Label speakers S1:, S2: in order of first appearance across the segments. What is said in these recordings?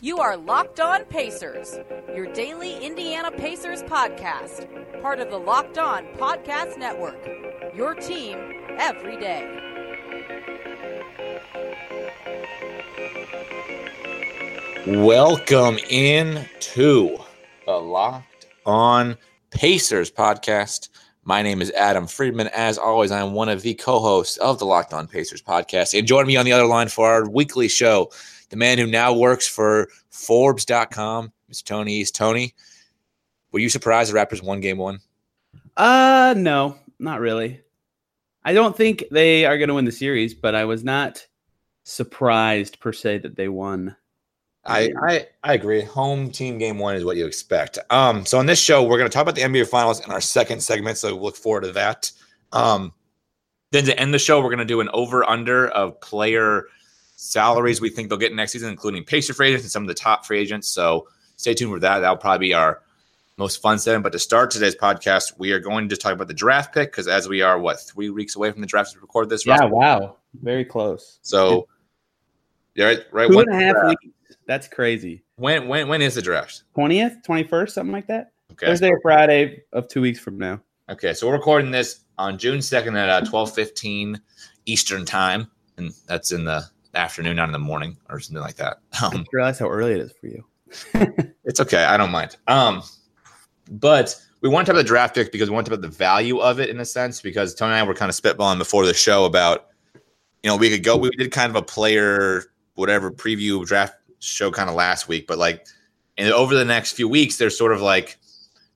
S1: You are Locked On Pacers, your daily Indiana Pacers podcast, part of the Locked On Podcast Network. Your team every day.
S2: Welcome in to the Locked On Pacers podcast. My name is Adam Friedman. As always, I'm one of the co-hosts of the Locked On Pacers podcast. And join me on the other line for our weekly show, the man who now works for Forbes.com, Mr. Tony East. Tony, were you surprised the Raptors won game one?
S3: Uh, no, not really. I don't think they are going to win the series, but I was not surprised per se that they won.
S2: I, I I agree. Home team game one is what you expect. Um, so on this show, we're gonna talk about the NBA finals in our second segment. So look forward to that. Um, then to end the show, we're gonna do an over/under of player salaries we think they'll get next season, including Pacer free agents and some of the top free agents. So stay tuned for that. That'll probably be our most fun segment. But to start today's podcast, we are going to talk about the draft pick because as we are what three weeks away from the draft to record this, roster.
S3: wow, very close.
S2: So yeah, right, right.
S3: Two
S2: when
S3: and a
S2: the
S3: half
S2: draft-
S3: weeks. That's crazy.
S2: When when when is the draft?
S3: Twentieth, twenty-first, something like that.
S2: Okay.
S3: Thursday or Friday of two weeks from now.
S2: Okay, so we're recording this on June second at uh, twelve fifteen Eastern time, and that's in the afternoon, not in the morning or something like that.
S3: I
S2: Um,
S3: just realized how early it is for you.
S2: it's okay, I don't mind. Um, but we want to talk about the draft pick because we want to talk about the value of it in a sense. Because Tony and I were kind of spitballing before the show about, you know, we could go. We did kind of a player whatever preview draft show kind of last week, but like, and over the next few weeks, there's sort of like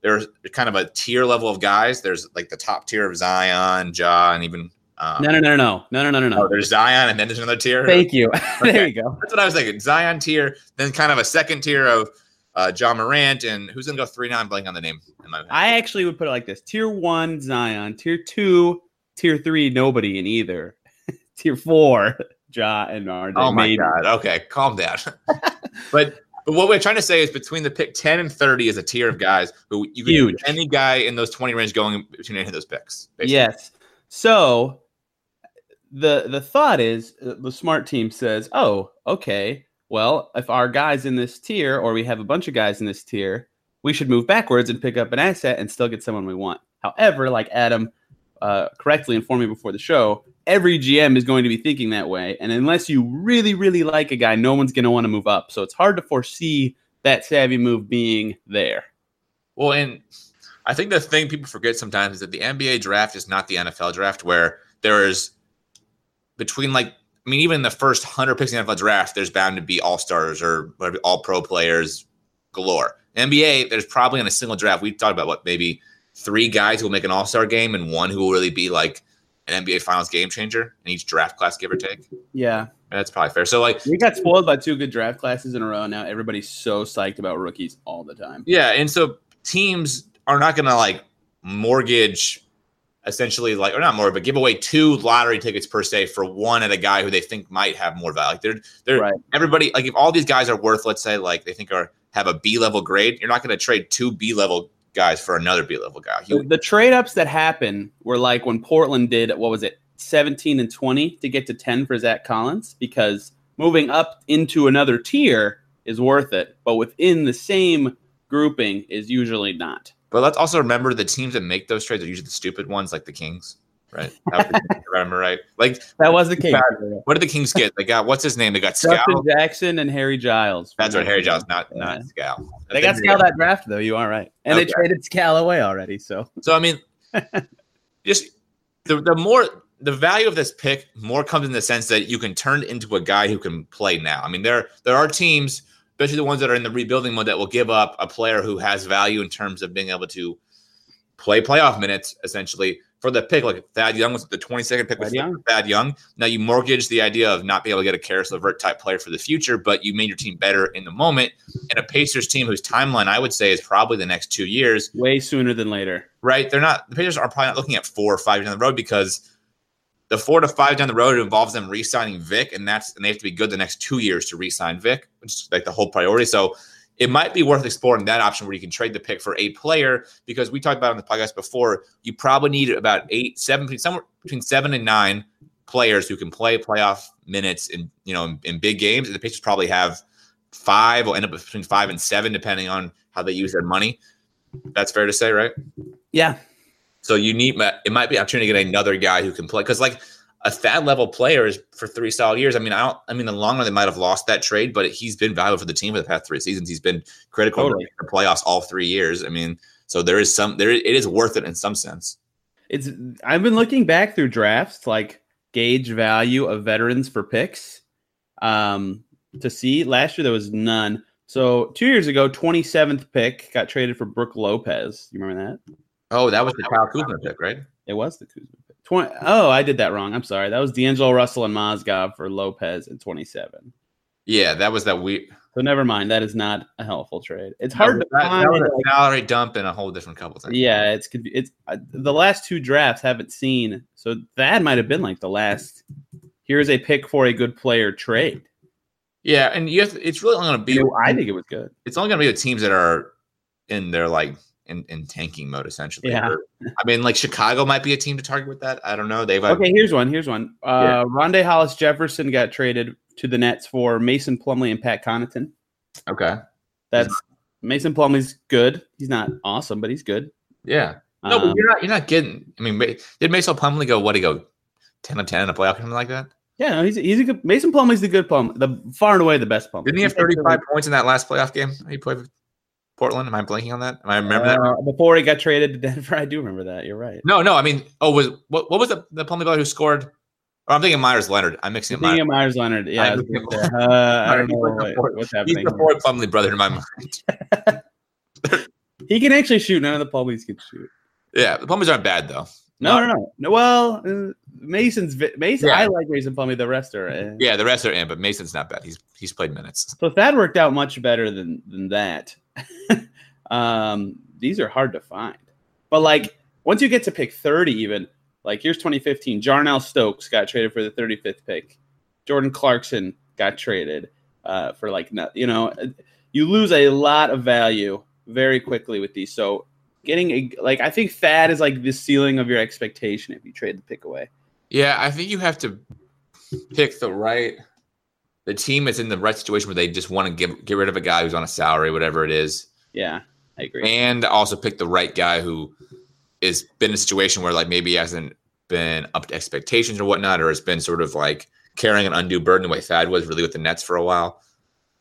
S2: there's kind of a tier level of guys. There's like the top tier of Zion, Ja, and even um,
S3: No, no, no, no, no, no, no, no,
S2: oh,
S3: no.
S2: there's Zion, and then there's another tier.
S3: Thank you. there
S2: Okay.
S3: you go.
S2: That's what I was thinking. Zion tier, then kind of a second tier of uh, John Morant, and who's gonna go three nine? Blank on the name. In my
S3: I actually would put it like this: Tier one Zion, Tier two, Tier three, nobody in either. tier four, Ja and RJ.
S2: Oh my
S3: maybe.
S2: god. Okay, calm down. but but what we're trying to say is between the pick 10 and 30 is a tier of guys who you can
S3: Huge.
S2: any guy in those 20 range going between any of those picks. basically.
S3: Yes. So the the thought is uh, the smart team says, "Oh, okay. Well, if our guys in this tier or we have a bunch of guys in this tier, we should move backwards and pick up an asset and still get someone we want." However, like Adam uh, correctly informed me before the show, every GM is going to be thinking that way, and unless you really really like a guy, no one's going to want to move up. So it's hard to foresee that savvy move being there.
S2: Well, and I think the thing people forget sometimes is that the NBA draft is not the NFL draft where there is between like I mean, even in the first hundred picks in the NFL draft, there's bound to be all stars or whatever all pro players galore. NBA, there's probably in a single draft, we talked about what, maybe three guys who will make an all star game and one who will really be like an NBA finals game changer in each draft class, give or take.
S3: Yeah.
S2: That's probably fair. So like
S3: We got spoiled by two good draft classes in a row. Now everybody's so psyched about rookies all the time.
S2: Yeah, and so teams are not going to like mortgage essentially like or not more, but give away two lottery tickets per se for one at a guy who they think might have more value. Like they're they're
S3: Right.
S2: everybody like if all these guys are worth let's say like they think are have a B level grade, you're not going to trade two B level guys for another B level guy.
S3: The,
S2: You,
S3: the trade ups that happen were like when Portland did what was it, seventeen and twenty to get to ten for Zach Collins because moving up into another tier is worth it, but within the same grouping is usually not.
S2: but let's also remember the teams that make those trades are usually the stupid ones like the Kings, right? That would be- remember right? Like
S3: That was the case.
S2: what did the Kings get? They got what's his name? They got
S3: Justin
S2: Scal.
S3: Jackson and Harry Giles.
S2: That's right, Harry Giles, not not Scal.
S3: They got Scal that draft though. You are right, and
S2: Okay.
S3: they traded Scal away already. So
S2: So I mean, just the the more the value of this pick more comes in the sense that you can turn into a guy who can play now. I mean, there there are teams, especially the ones that are in the rebuilding mode, that will give up a player who has value in terms of being able to play playoff minutes essentially for the pick, like Thad Young was the 22nd pick with
S3: Thad Young.
S2: Thad Young. Now you mortgage the idea of not being able to get a Karis LeVert type player for the future, but you made your team better in the moment. And a Pacers team whose timeline I would say is probably the next two years
S3: way sooner than later.
S2: right? They're not the Pacers are probably not looking at four or five down the road because the four to five down the road involves them re-signing Vic, and that's and they have to be good the next two years to re-sign Vic, which is like the whole priority. So it might be worth exploring that option where you can trade the pick for a player because we talked about on the podcast before. You probably need about eight, seven, somewhere between seven and nine players who can play playoff minutes in you know in, in big games, and the Pacers probably have five will end up between five and seven depending on how they use their money. That's fair to say, right?
S3: Yeah,
S2: So you need it might be an opportunity to get another guy who can play because like a Thad level player is for three solid years. I mean, I don't. I mean, in the long run they might have lost that trade, but he's been valuable for the team for the past three seasons. He's been critical
S3: Totally.
S2: in the playoffs all three years. I mean, so there is some there. It is worth it in some sense.
S3: it's. I've been looking back through drafts to, like gauge value of veterans for picks. Um, to see last year there was none. So two years ago, twenty seventh pick got traded for Brooke Lopez. You remember that?
S2: Oh, that was the Kyle Kuzma pick, right?
S3: It was the Kuzma pick. 20, oh, I did that wrong. I'm sorry. That was D'Angelo Russell and Mozgov for Lopez at 27.
S2: Yeah, that was that we.
S3: So never mind. That is not a helpful trade. It's
S2: That,
S3: hard to
S2: that
S3: find.
S2: was
S3: like-
S2: a salary dump and a whole different couple things.
S3: yeah, it's confu- it's uh, the last two drafts haven't seen. So that might have been like the last. Here's a pick for a good player trade.
S2: yeah, and you have to, it's really only going to be.
S3: You know, I think it was good.
S2: it's only going to be the teams that are in their like in, in tanking mode essentially.
S3: Yeah.
S2: Or- I mean, like Chicago might be a team to target with that. I don't know. They've
S3: Okay, here's one. Here's one. Uh, Rondé Hollis Jefferson got traded to the Nets for Mason Plumley and Pat Connaughton.
S2: okay.
S3: That's Mason Plumley's good. He's not awesome, but he's good.
S2: Yeah. No, but
S3: Um,
S2: you're not. You're not getting. I mean, ma- did Mason Plumlee go? What he go? Ten of ten in a playoff, or something like that.
S3: Yeah, no, he's he's a good Mason Plumlee's the good Plum, the far and away the best Plum.
S2: Didn't he have 35 points in that last playoff game? He played with Portland. Am I blanking on that? Am I remember that?
S3: Uh, before he got traded to Denver? I do remember that. You're right.
S2: No, no. I mean, oh, was what? What was the the Plumlee player who scored? Or I'm thinking Myers Leonard. I'm mixing up
S3: Thinking
S2: Myers.
S3: of Myers Leonard. Yeah, I, was
S2: remember.
S3: gonna say, uh, I don't know
S2: He's like
S3: what,
S2: the fourth-
S3: what's
S2: He's
S3: happening.
S2: the Ford Plumlee brother in my mind.
S3: He can actually shoot. None of the Plumlees can shoot.
S2: Yeah, the Plumlees aren't bad though.
S3: No, no, no. no well, uh, Mason's vi- Mason.
S2: Yeah.
S3: I like Mason Plumlee. The rest are. eh.
S2: Yeah, the rest are in, but Mason's not bad. He's he's played minutes.
S3: So if that worked out much better than than that. um, these are hard to find. But like once you get to pick 30, even like here's 2015, Jarnell Stokes got traded for the 35th pick. Jordan Clarkson got traded uh, for like not, you know, uh, you lose a lot of value very quickly with these. So getting a, like I think Thad is like the ceiling of your expectation if you trade the pick away.
S2: Yeah, I think you have to pick the right the team is in the right situation where they just want to give get rid of a guy who's on a salary, whatever it is,
S3: Yeah, I agree.
S2: and also pick the right guy who is been in a situation where like maybe he hasn't been up to expectations or whatnot, or has been sort of like carrying an undue burden the way Thad was really with the Nets for a while.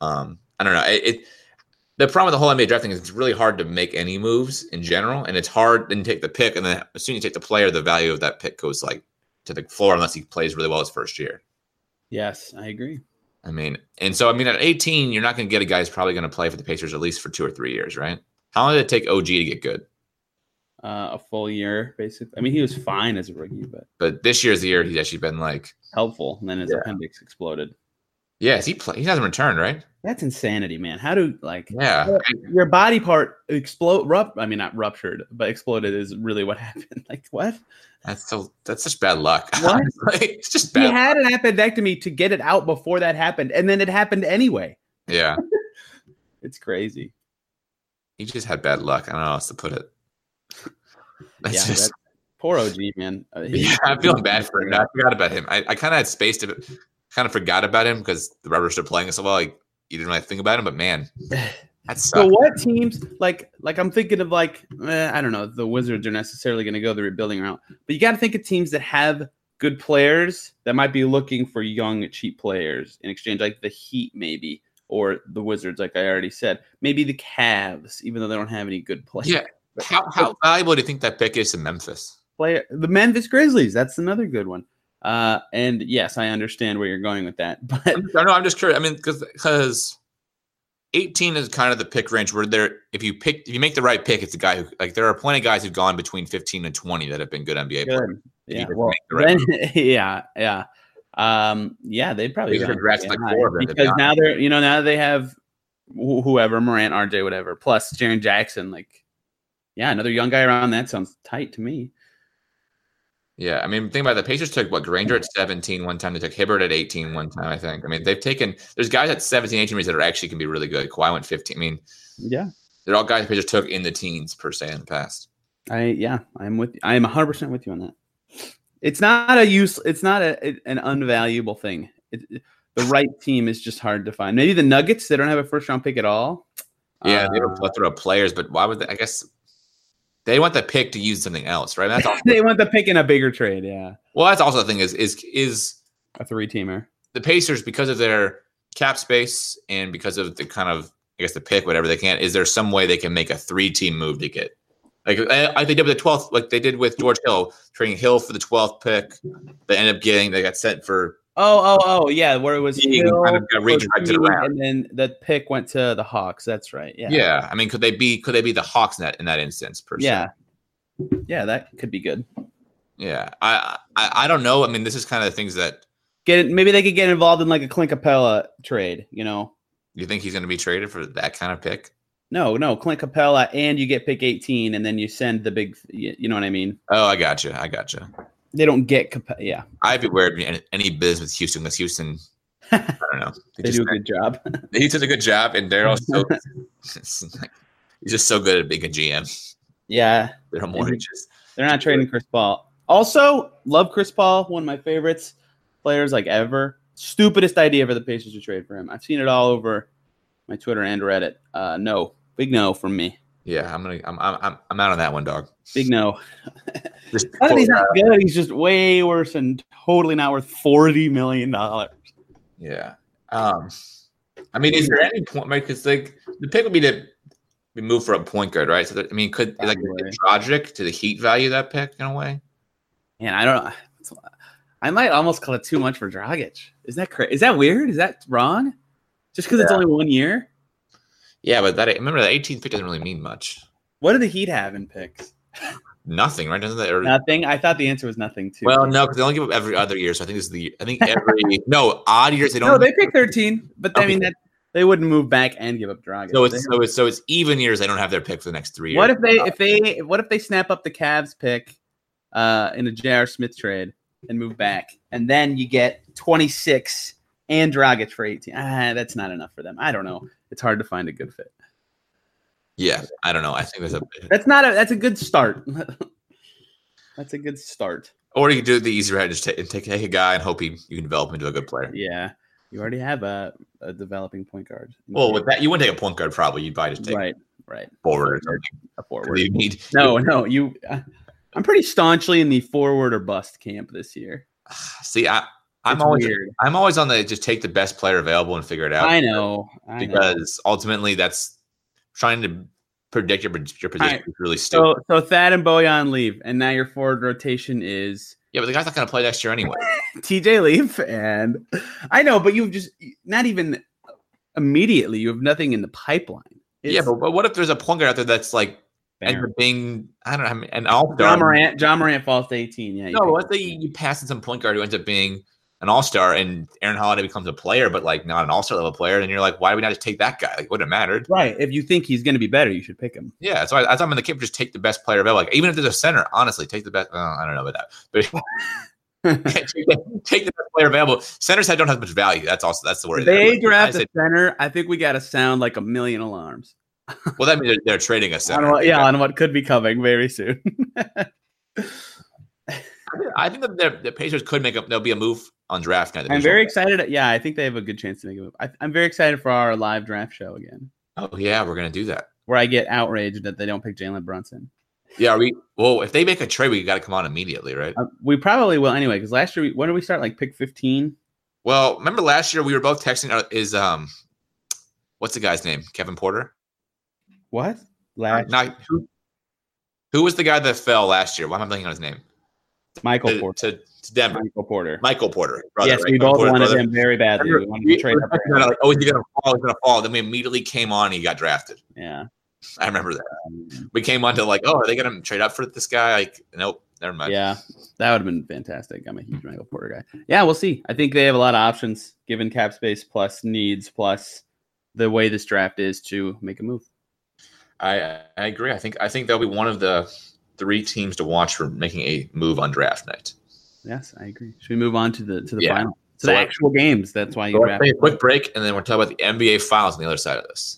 S2: Um, I don't know. It, it the problem with the whole NBA drafting is it's really hard to make any moves in general, and it's hard. Then you take the pick, and then as soon as you take the player, the value of that pick goes like to the floor unless he plays really well his first year.
S3: Yes, I agree.
S2: I mean, and so I mean, at 18, you're not going to get a guy who's probably going to play for the Pacers at least for two or three years, right? How long did it take OG to get good?
S3: uh, a full year, basically. I mean, he was fine as a rookie, but
S2: But this year's the year he's actually been like,
S3: helpful. And then his
S2: Yeah.
S3: appendix exploded.
S2: yeah, is he play? He hasn't returned, right?
S3: That's insanity, man. How do like
S2: Yeah,
S3: your body part explode? Rup- I mean, not ruptured, but exploded is really what happened. Like what?
S2: that's so that's such bad luck.
S3: What?
S2: honestly. it's just
S3: He
S2: bad.
S3: had an appendectomy to get it out before that happened, and then it happened anyway.
S2: yeah,
S3: It's crazy.
S2: he just had bad luck. I don't know how else to put it. That's
S3: yeah,
S2: just
S3: that- poor OG man. Uh, he-
S2: Yeah, I'm feeling bad for him. now. I forgot about him. I, I kind of had space to, kind of forgot about him because the Roberts are playing us so well. Like you didn't really think about him, but man, that
S3: So
S2: sucks.
S3: what teams like like I'm thinking of like eh, I don't know the Wizards are necessarily going to go the rebuilding route, but you got to think of teams that have good players that might be looking for young cheap players in exchange, like the Heat maybe or the Wizards, like I already said, maybe the Cavs, even though they don't have any good players.
S2: Yeah. How, how valuable do you think that pick is to Memphis?
S3: player the Memphis Grizzlies. That's another good one. Uh, and yes, I understand where you're going with that, but
S2: I don't know. I'm just curious. I mean, because 18 is kind of the pick range where there if you pick if you make the right pick, it's a guy who like there are plenty of guys who've gone between 15 and 20 that have been good NBA players.
S3: Good. Yeah,
S2: just
S3: well,
S2: make the right
S3: then- yeah, yeah, um, yeah. They probably
S2: They could've
S3: gone
S2: drafted
S3: way
S2: like
S3: high
S2: four of them, to be
S3: because
S2: honest.
S3: now they're you know now they have wh- whoever Morant, RJ, whatever, plus Jaron Jackson. Like, yeah, another young guy around that sounds tight to me.
S2: Yeah, I mean, think about it. The Pacers took what Granger at 17 one time. They took Hibbert at 18 one time, I think. I mean, they've taken there's guys at 17, 18 years that are actually can be really good. Kawhi went 15. I mean,
S3: Yeah,
S2: they're all guys the Pacers took in the teens per se in the past.
S3: I yeah, I'm with I am 100 percent with you on that. It's not a use. It's not a, it- an unvaluable thing. It, it- the right team is just hard to find. Maybe the Nuggets. They don't have a first round pick at all.
S2: Yeah,
S3: Uh,
S2: they have a plethora of players, but why would they? I guess they want the pick to use something else, right? That's all,
S3: they want the pick in a bigger trade. Yeah,
S2: well, that's also the thing is is is
S3: a three teamer.
S2: the Pacers because of their cap space and because of the kind of I guess the pick whatever they can. Is there some way they can make a three team move to get like I, I- they did with the twelfth, like they did with George Hill, trading Hill for the twelfth pick. They ended up getting they got sent for
S3: Oh, oh, oh, yeah. Where it was
S2: Teague
S3: Hill,
S2: kind of got redirected
S3: Teague,
S2: around.
S3: and then the pick went to the Hawks. That's right. Yeah,
S2: yeah. I mean, could they be could they be the Hawks in that in that instance? Per se?
S3: yeah, yeah. That could be good.
S2: yeah. I, I I don't know. I mean, this is kind of the things that
S3: Get it, maybe they could get involved in like a Clint Capella trade. You know,
S2: you think he's going to be traded for that kind of pick.
S3: no, no, Clint Capella, and you get pick eighteen, and then you send the big. You, you know what I mean?
S2: Oh, I gotcha. I gotcha.
S3: They don't get Capella. Yeah,
S2: I'd be weird in any business with Houston because Houston. I don't know.
S3: they do a good job.
S2: he did a good job, and they're also he's just so good at being a GM.
S3: yeah,
S2: They're more
S3: Mhm.
S2: than just
S3: They're not trading Chris Paul. Also, love Chris Paul, one of my favorites players like ever. Stupidest idea for the Pacers to trade for him. I've seen it all over my Twitter and Reddit. Uh, no, big no from me.
S2: yeah. I'm gonna I'm I'm I'm- I'm out on that one, dog.
S3: Big no.
S2: Just
S3: Not that Oh, he's
S2: quote-
S3: not good. He's just way worse and totally not worth forty million dollars.
S2: yeah. Um, I mean, is there any point? Because like the pick would be to be moved for a point guard, right? So that, I mean, could like
S3: Probably.
S2: Dragic to the Heat value that pick in a way?
S3: And I don't know. It's- I might almost call it too much for Dragic. Is that cra- is that weird? Is that wrong? Just because it's only one year.
S2: Yeah, but that remember that 18th pick doesn't really mean much.
S3: What do the Heat have in picks?
S2: Nothing, right? Doesn't that? Or,
S3: Nothing. I thought the answer was nothing too.
S2: well, no, because they only give up every other year. So I think this is the I think every no odd years they don't.
S3: No, they pick 13, but I
S2: Okay.
S3: mean that they wouldn't move back and give up Dragic.
S2: So it's
S3: They-
S2: so it's so it's even years. They don't have their pick for the next three years.
S3: what if they if they what if they snap up the Cavs pick uh, in a J.R. Smith trade and move back, and then you get 26 and Dragic for 18? Ah, that's not enough for them. I don't know. It's hard to find a good fit.
S2: Yeah, I don't know. I think there's a
S3: That's not a that's a good start. that's a good start.
S2: or you do the easy route, just take take, take a guy and hope he, you can develop him into a good player.
S3: Yeah, you already have a, a developing point guard.
S2: Well, with that, you wouldn't take a point guard probably. You'd probably just take
S3: right, right,
S2: a forward or something.
S3: a
S2: 'cause
S3: forward.
S2: You need
S3: No, no, you. uh, I'm pretty staunchly in the forward or bust camp this year.
S2: see. I I'm
S3: It's
S2: always
S3: weird.
S2: I'm always on the just take the best player available and figure it out.
S3: I know. I know.
S2: because ultimately that's trying to predict your your position
S3: right.
S2: is really stupid.
S3: So, so Thad and Boyan leave, and now your forward rotation is
S2: yeah, but the guy's not going to play next year anyway.
S3: TJ leave, and I know, but you've just not even immediately. You have nothing in the pipeline.
S2: yeah, but, but what if there's a point guard out there that's like ends
S3: John
S2: up being I don't know I mean, an all
S3: Morant. John Morant falls to 18. Yeah. you
S2: No,
S3: can-
S2: let's say you, you pass in some point guard who ends up being an all star and Aaron Holiday becomes a player, but like not an all star level player. And you're like, why do we not just take that guy? Like, would have mattered.
S3: right. If you think he's going to be better, you should pick him.
S2: Yeah. So I, I thought I'm in the camp, just take the best player available. Like, even if there's a center, honestly, take the best. oh, I don't know about that. But take, the- take the best player available. Centers that don't have much value. That's also, that's the word.
S3: they
S2: I
S3: draft a
S2: said-
S3: center. I think we got to sound like a million alarms.
S2: well, that means they're, they're trading a
S3: On
S2: center.
S3: what, yeah, on what could be coming very soon.
S2: I think that the, the Pacers could make up, there'll be a move on draft night.
S3: I'm very excited. Yeah, I think they have a good chance to make a move. I, I'm very excited for our live draft show again,
S2: Oh, yeah. We're going to do that.
S3: where I get outraged that they don't pick Jalen Brunson.
S2: Yeah. Are we, well, if they make a trade, we got to come on immediately, right?
S3: Uh, we probably will anyway, because last year, we, when did we start? Like pick 15?
S2: Well, remember last year we were both texting. uh, Is um, what's the guy's name? Kevin Porter.
S3: What? Last
S2: Not who, who was the guy that fell last year? Why am I blanking on his name?
S3: Michael
S2: to,
S3: Porter.
S2: to, to Denver.
S3: Michael Porter.
S2: Michael Porter. Brother,
S3: yes,
S2: right?
S3: we
S2: Michael
S3: both
S2: Porter,
S3: wanted
S2: brother.
S3: him very badly.
S2: Remember,
S3: We wanted
S2: we
S3: to trade
S2: were
S3: up.
S2: talking
S3: for him.
S2: about, like, oh, he's gonna fall, he's gonna fall. Then we immediately came on and he got drafted.
S3: Yeah.
S2: I remember that. We came on to like, oh, are they gonna trade up for this guy? Like, nope, never mind.
S3: Yeah, that would have been fantastic. I'm a huge Michael Porter guy. Yeah, we'll see. I think they have a lot of options given cap space plus needs plus the way this draft is to make a move.
S2: I I agree. I think I think they'll be one of the three teams to watch for making a move on draft night.
S3: Yes, I agree. Should we move on to the to the
S2: Yeah.
S3: final? To
S2: So
S3: the
S2: let-
S3: actual games. That's why
S2: So
S3: you
S2: let's
S3: draft.
S2: take a quick break, and then we'll talk about the NBA finals on the other side of this.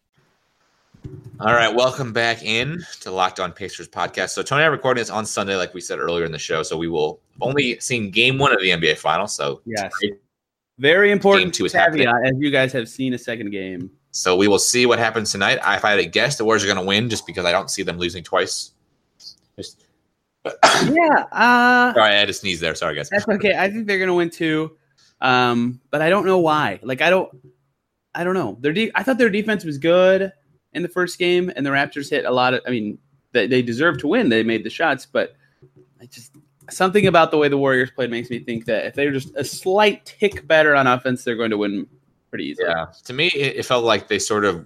S2: All right, welcome back in to Locked On Pacers podcast. So Tony, and I are recording this on Sunday, like we said earlier in the show. So we will only seen Game One of the NBA Finals. So
S3: Yes. Very important
S2: Game two is
S3: caveat,
S2: happening.
S3: as you guys have seen a second game.
S2: so we will see what happens tonight. I, if I had to guess, the Warriors are going to win just because I don't see them losing twice. Just,
S3: Yeah. Uh,
S2: sorry, I had to sneeze there. Sorry, guys.
S3: That's okay. I think they're gonna win two, um, but I don't know why. Like I don't, I don't know. Their de- I thought their defense was good in the first game, and the Raptors hit a lot of. I mean, they, they deserve to win. They made the shots, but I just something about the way the Warriors played makes me think that if they're just a slight tick better on offense, they're going to win pretty easily.
S2: Yeah. To me, it, it felt like they sort of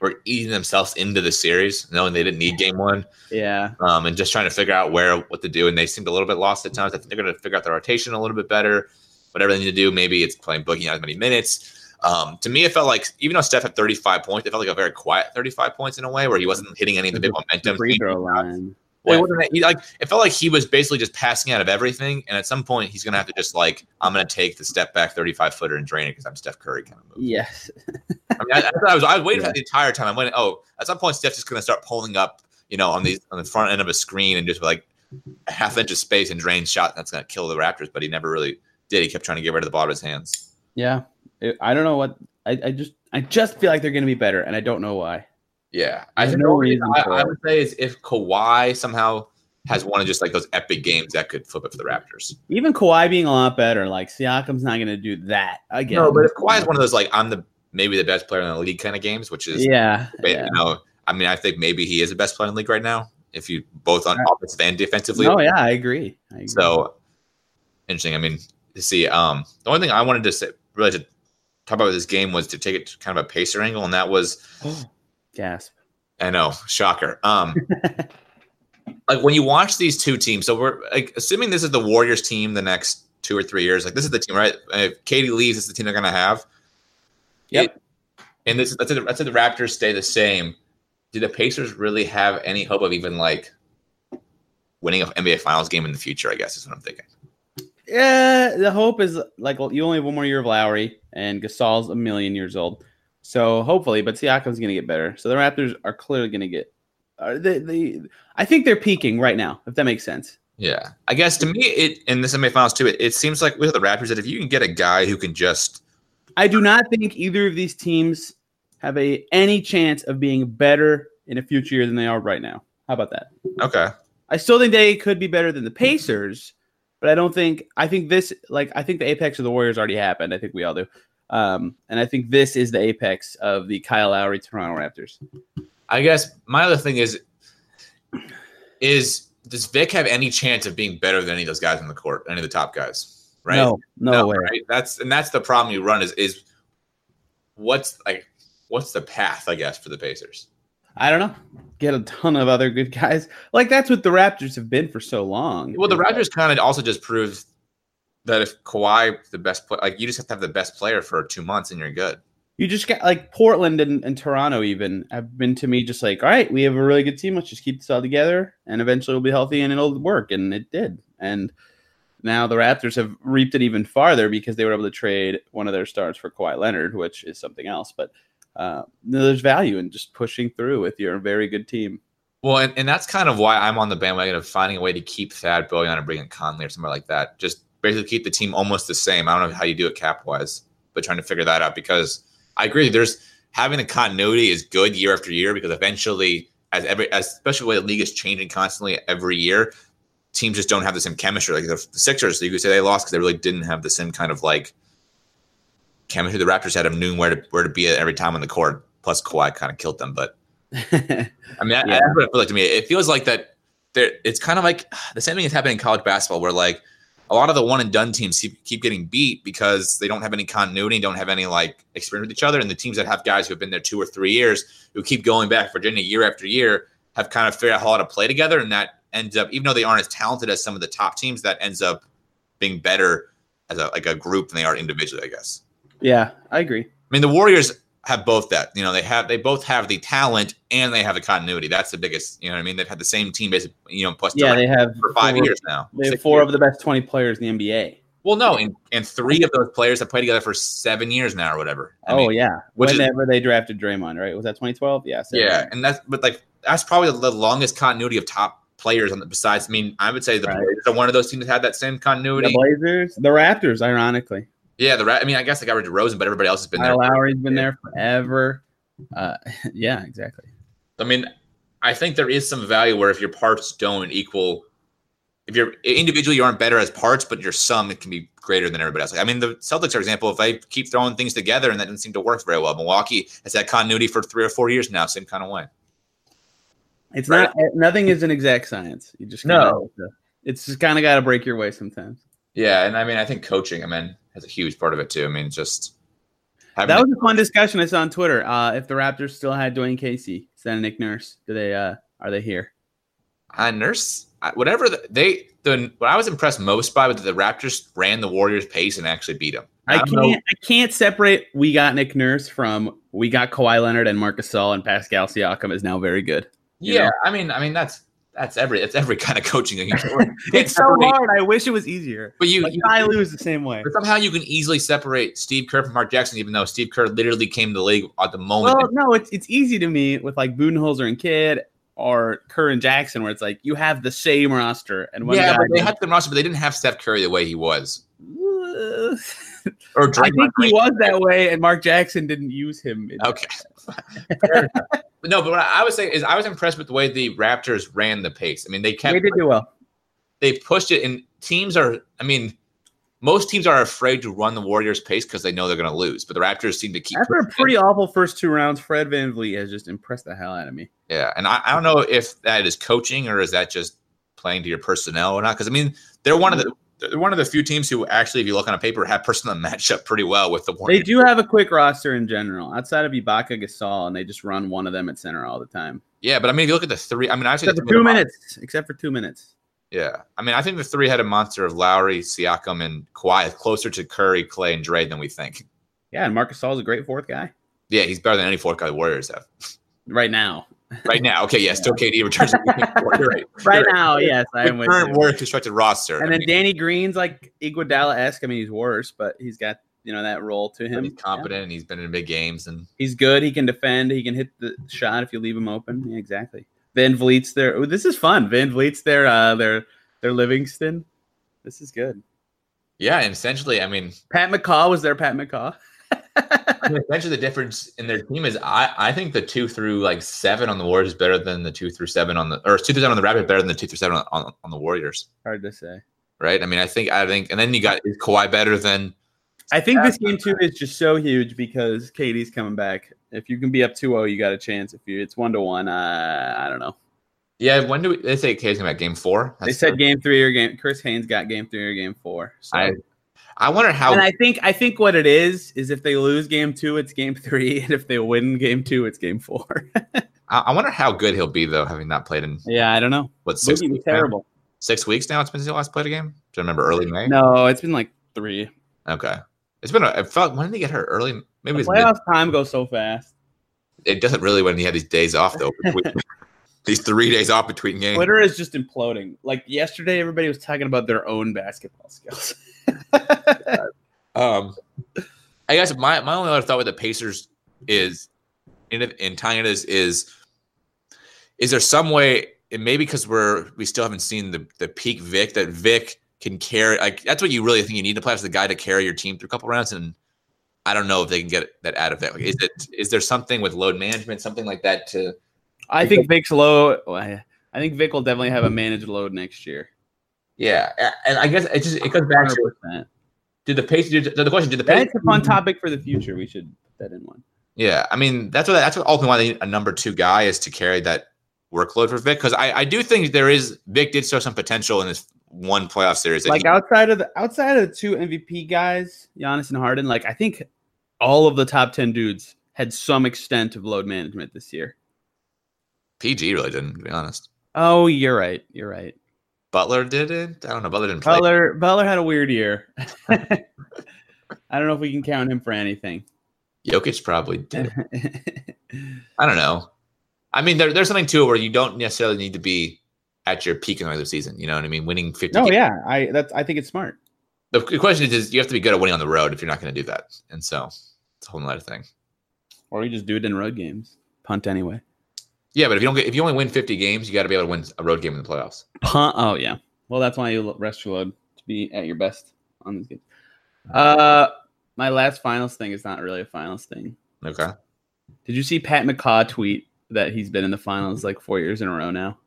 S2: were eating themselves into the series, knowing they didn't need Game One,
S3: Yeah.
S2: um, and just trying to figure out where what to do. And they seemed a little bit lost at times. I think they're going to figure out their rotation a little bit better. Whatever they need to do, maybe it's playing Boogie not as many minutes. Um, to me, it felt like even though Steph had 35 points, it felt like a very quiet 35 points in a way where he wasn't hitting any of the big momentum.
S3: Free throw line.
S2: Well, it wasn't- he, like it felt like he was basically just passing out of everything, and at some point he's gonna have to just like I'm gonna take the step back 35 footer and drain it because I'm Steph Curry kind of move.
S3: Yes.
S2: I mean, I, I, thought I was I was waiting for that the entire time. I'm waiting. Oh, at some point Steph's just gonna start pulling up, you know, on the on the front end of a screen and just like a half inch of space and drain shot. And that's gonna kill the Raptors, but he never really did. He kept trying to get rid of the ball with his hands.
S3: Yeah. It- I don't know what. I, I just I just feel like they're going to be better, and I don't know why.
S2: Yeah, I
S3: There's
S2: think
S3: no
S2: the only thing
S3: reason
S2: I,
S3: for
S2: I
S3: it.
S2: would say is if Kawhi somehow has one of just like those epic games that could flip it for the Raptors.
S3: Even Kawhi being a lot better, like Siakam's not going to do that again.
S2: No, but if Kawhi is one of those like I'm the maybe the best player in the league kind of games, which is
S3: yeah, yeah.
S2: you know, I mean, I think maybe he is the best player in the league right now. If you both on
S3: Right.
S2: offensive and defensively,
S3: Uh, no, yeah, I agree. I agree.
S2: so interesting. I mean, to see, um, the only thing I wanted to say really to talk about with this game was to take it to kind of a pacer angle, and that was
S3: gasp.
S2: I know, shocker. Um, like when you watch these two teams, so we're like assuming this is the Warriors team the next two or three years. Like this is the team, right? If Katie leaves, it's the team they're gonna have.
S3: Yep.
S2: It- and this let's say, the, let's say the Raptors stay the same. Do the Pacers really have any hope of even like winning an NBA Finals game in the future? I guess is what I'm thinking.
S3: Yeah, the hope is like you only have one more year of Lowry, and Gasol's a million years old. So hopefully, but Siakam's going to get better. So the Raptors are clearly going to get. Are they, they, I think they're peaking right now, if that makes sense.
S2: Yeah, I guess to me it in this NBA Finals too. It, it seems like with the Raptors that if you can get a guy who can just
S3: I do not think either of these teams have a any chance of being better in a future year than they are right now. How about that?
S2: okay,
S3: I still think they could be better than the Pacers, but I don't think I think this like I think the apex of the Warriors already happened. I think we all do. Um, and I think this is the apex of the Kyle Lowry Toronto Raptors.
S2: I guess my other thing is is does Vic have any chance of being better than any of those guys on the court, any of the top guys? Right?
S3: No, no, way.
S2: Right? That's and that's the problem you run is is what's like what's the path, I guess, for the Pacers?
S3: I don't know. Get a ton of other good guys. Like that's what the Raptors have been for so long.
S2: Well, the Raptors kind of also just proved that if Kawhi the best play, like you just have to have the best player for two months and you're good.
S3: You just got like Portland and, and Toronto even have been to me just like, all right, we have a really good team. Let's just keep this all together and eventually we'll be healthy and it'll work. And it did. And now the Raptors have reaped it even farther because they were able to trade one of their stars for Kawhi Leonard, which is something else. But uh, there's value in just pushing through with your very good team.
S2: Well, and, and that's kind of why I'm on the bandwagon of finding a way to keep Thad Bowyon and bring in Conley or somewhere like that. Just basically keep the team almost the same. I don't know how you do it cap wise, but trying to figure that out because I agree. There's having the continuity is good year after year because eventually, as every as, especially when the league is changing constantly every year, teams just don't have the same chemistry. Like the, the Sixers, you could say they lost because they really didn't have the same kind of like chemistry. The Raptors had them knew where to where to be at every time on the court. Plus Kawhi kind of killed them, but I mean, that-
S3: Yeah.
S2: that's what it feels like to me. It feels like that. There, it's kind of like the same thing is happening in college basketball, where like a lot of the one and done teams keep, keep getting beat because they don't have any continuity, don't have any like experience with each other, and the teams that have guys who have been there two or three years who keep going back Virginia year after year have kind of figured out how to play together, and that ends up even though they aren't as talented as some of the top teams, that ends up being better as a, like a group than they are individually, I guess.
S3: Yeah, I agree.
S2: I mean, the Warriors have both that. You know, they have they both have the talent and they have the continuity. That's the biggest. You know, what I mean, they've had the same team basically. You know, plus
S3: Yeah,
S2: Durant
S3: they have
S2: for five
S3: four-
S2: years now.
S3: They have
S2: Six
S3: four
S2: years.
S3: of the best twenty players in the NBA.
S2: Well, no, and, and three of those players have played together for seven years now or whatever. I
S3: oh
S2: mean,
S3: yeah,
S2: which is-
S3: whenever they drafted Draymond, right? Was that 2012? Yeah, so-
S2: yeah, and that's but like that's probably the longest continuity of top players on the besides. I mean, I would say the
S3: Right.
S2: Blazers are one of those teams that had that same
S3: The
S2: continuity.
S3: Blazers, the Raptors, ironically.
S2: yeah, the Ra- I mean, I guess they got rid of Rosen, but everybody else has been there.
S3: Kyle Lowry's been there forever. Uh, yeah, exactly.
S2: I mean, I think there is some value where if your parts don't equal, if you're individually you aren't better as parts, but your sum it can be greater than everybody else. Like, I mean, the Celtics, for example, if they keep throwing things together and that doesn't seem to work very well, Milwaukee has had continuity for three or four years now, same kind of way.
S3: It's
S2: Right.
S3: not nothing is an exact science. You just kinda
S2: No.
S3: have to- it's just kind of got to break your way sometimes.
S2: Yeah, and I mean, I think coaching, I mean, has a huge part of it too. I mean, just having
S3: That was a fun discussion I saw on Twitter. Uh, if the Raptors still had Dwayne Casey instead of Nick Nurse, do they uh, are they here?
S2: I nurse I- whatever the, they the what I was impressed most by was that the Raptors ran the Warriors' pace and actually beat them.
S3: I,
S2: don't
S3: can't.
S2: know-
S3: I can't separate. We got Nick Nurse from we got Kawhi Leonard and Marcus Gasol and Pascal Siakam is now very good. you
S2: Yeah,
S3: know?
S2: I mean, I mean that's that's every it's every kind of coaching. that you can work.
S3: It's so
S2: Every-
S3: hard. I wish it was easier.
S2: But you,
S3: Like
S2: you-
S3: I lose the same way.
S2: but somehow you can easily separate Steve Kerr from Mark Jackson, even though Steve Kerr literally came to the league at the moment.
S3: Well, no, it's it's easy to me with like Budenholzer and Kidd or Kerr and Jackson, where it's like you have the same roster and one
S2: yeah,
S3: guy.
S2: but they had the roster, but they didn't have Steph Curry the way he was. Or
S3: I
S2: Draymond
S3: think he
S2: Green.
S3: was that way, and Mark Jackson didn't use him. in-
S2: Okay. Fair enough. But no, but what I was saying is I was impressed with the way the Raptors ran the pace. I mean, they kept
S3: They did do well.
S2: they pushed it, and teams are. I mean, most teams are afraid to run the Warriors' pace because they know they're going to lose. But the Raptors seem to keep.
S3: After a
S2: pushing it.
S3: pretty awful first two rounds, Fred Van Vliet has just impressed the hell out of me.
S2: Yeah, and I, I don't know if that is coaching or is that just playing to your personnel or not. Because I mean, they're one of the they're one of the few teams who actually, if you look on a paper, have personnel match up pretty well with the
S3: They
S2: Warriors.
S3: do have a quick roster in general, outside of Ibaka Gasol, and they just run one of them at center all the time.
S2: Yeah, but I mean, if you look at the three, I mean, I
S3: Except for two minutes. Except for two minutes.
S2: Yeah, I mean, I think the three-headed monster of Lowry, Siakam, and Kawhi is closer to Curry, Clay, and Dre than we think.
S3: Yeah, and Marcus Gasol is a great fourth guy
S2: Yeah, he's better than any fourth guy the Warriors have
S3: right now.
S2: right now. Okay, yeah, still KD returns. to the fourth. You're right.
S3: Right
S2: You're
S3: now, yes, I am
S2: The
S3: with
S2: current
S3: you.
S2: Warriors constructed roster,
S3: And
S2: I
S3: then
S2: mean,
S3: Danny Green's like Iguodala esque. I mean, he's worse, but he's got you know that role to him.
S2: he's competent and he's been in big games and.
S3: He's good. He can defend. He can hit the shot if you leave him open. Yeah, exactly. Van Vliet's there. Ooh, this is fun. Van Vliet's there. Uh, their their Livingston. This is good.
S2: Yeah, and essentially, I mean,
S3: Pat McCaw was there. Pat McCaw.
S2: I mean, essentially the difference in their team is I, I think the two through like seven on the Warriors is better than the two through seven on the or two through seven on the Raptors better than the two through seven on, on, on the Warriors,
S3: Hard to say.
S2: right? I mean, I think I think and then you got is Kawhi better than
S3: I think this game too is just so huge because Katie's coming back. If you can be up 2-0, you got a chance. If you it's one to one, uh, I don't know.
S2: yeah. When do we, they say KD's about game four?
S3: They
S2: That's-
S3: said game three or game. Chris Haynes got game three or game four. So.
S2: I I wonder how
S3: and I think I think what it is is if they lose game two, it's game three, and if they win game two, it's game four.
S2: I, I wonder how good he'll be though, having not played in
S3: yeah, I don't know.
S2: what six
S3: Boogie was
S2: weeks now?
S3: terrible.
S2: six weeks now. It's been since he last played a game. Do you remember early May?
S3: No, it's been like three.
S2: Okay, it's been. A, it felt when did he get hurt early? Maybe
S3: The
S2: it's mid,
S3: playoff time goes so fast.
S2: it doesn't really when he had these days off though. between- these three days off between games.
S3: Twitter is just imploding. Like yesterday, everybody was talking about their own basketball skills.
S2: Um, I guess my, my only other thought with the Pacers is, in in tying it is, is Is there some way, and maybe because we're we still haven't seen the the peak Vic that Vic can carry like that's what you really think you need in the playoffs, the guy to carry your team through a couple rounds and I don't know if they can get that out of that. Like, is it is there something with load management, something like that to
S3: I think Vic's low. I think Vic will definitely have a managed load next year.
S2: Yeah, a- and I guess it just it comes back to
S3: 100%.
S2: did the pace do the question did the pace
S3: That's a fun topic for the future. We should put that in one.
S2: Yeah, I mean that's what that's what ultimately why they need a number two guy is to carry that workload for Vic because I I do think there is Vic did show some potential in this one playoff series. that
S3: Like
S2: he-
S3: outside of the outside of the two MVP guys, Giannis and Harden, like I think all of the top ten dudes had some extent of load management this year.
S2: PG really didn't to be honest.
S3: Oh, you're right. You're right.
S2: Butler didn't. I don't know. Butler didn't play.
S3: Butler Butler had a weird year. I don't know if we can count him for anything.
S2: Jokic probably did. I don't know. I mean, there, there's something to it where you don't necessarily need to be at your peak in the regular season. You know what I mean? Winning 50
S3: no,
S2: games.
S3: yeah, I that's I think it's smart.
S2: The qu- question is, is you have to be good at winning on the road if you're not going to do that. And so it's a whole other thing.
S3: Or we just do it in road games. Punt anyway.
S2: Yeah, but if you don't get, if you only win 50 games, you got to be able to win a road game in the playoffs.
S3: Punt. Oh yeah. Well, that's why you lo- rest your load to be at your best on these games. Uh, my last finals thing is not really a finals thing.
S2: Okay.
S3: Did you see Pat McCaw tweet that he's been in the finals like four years in a row now?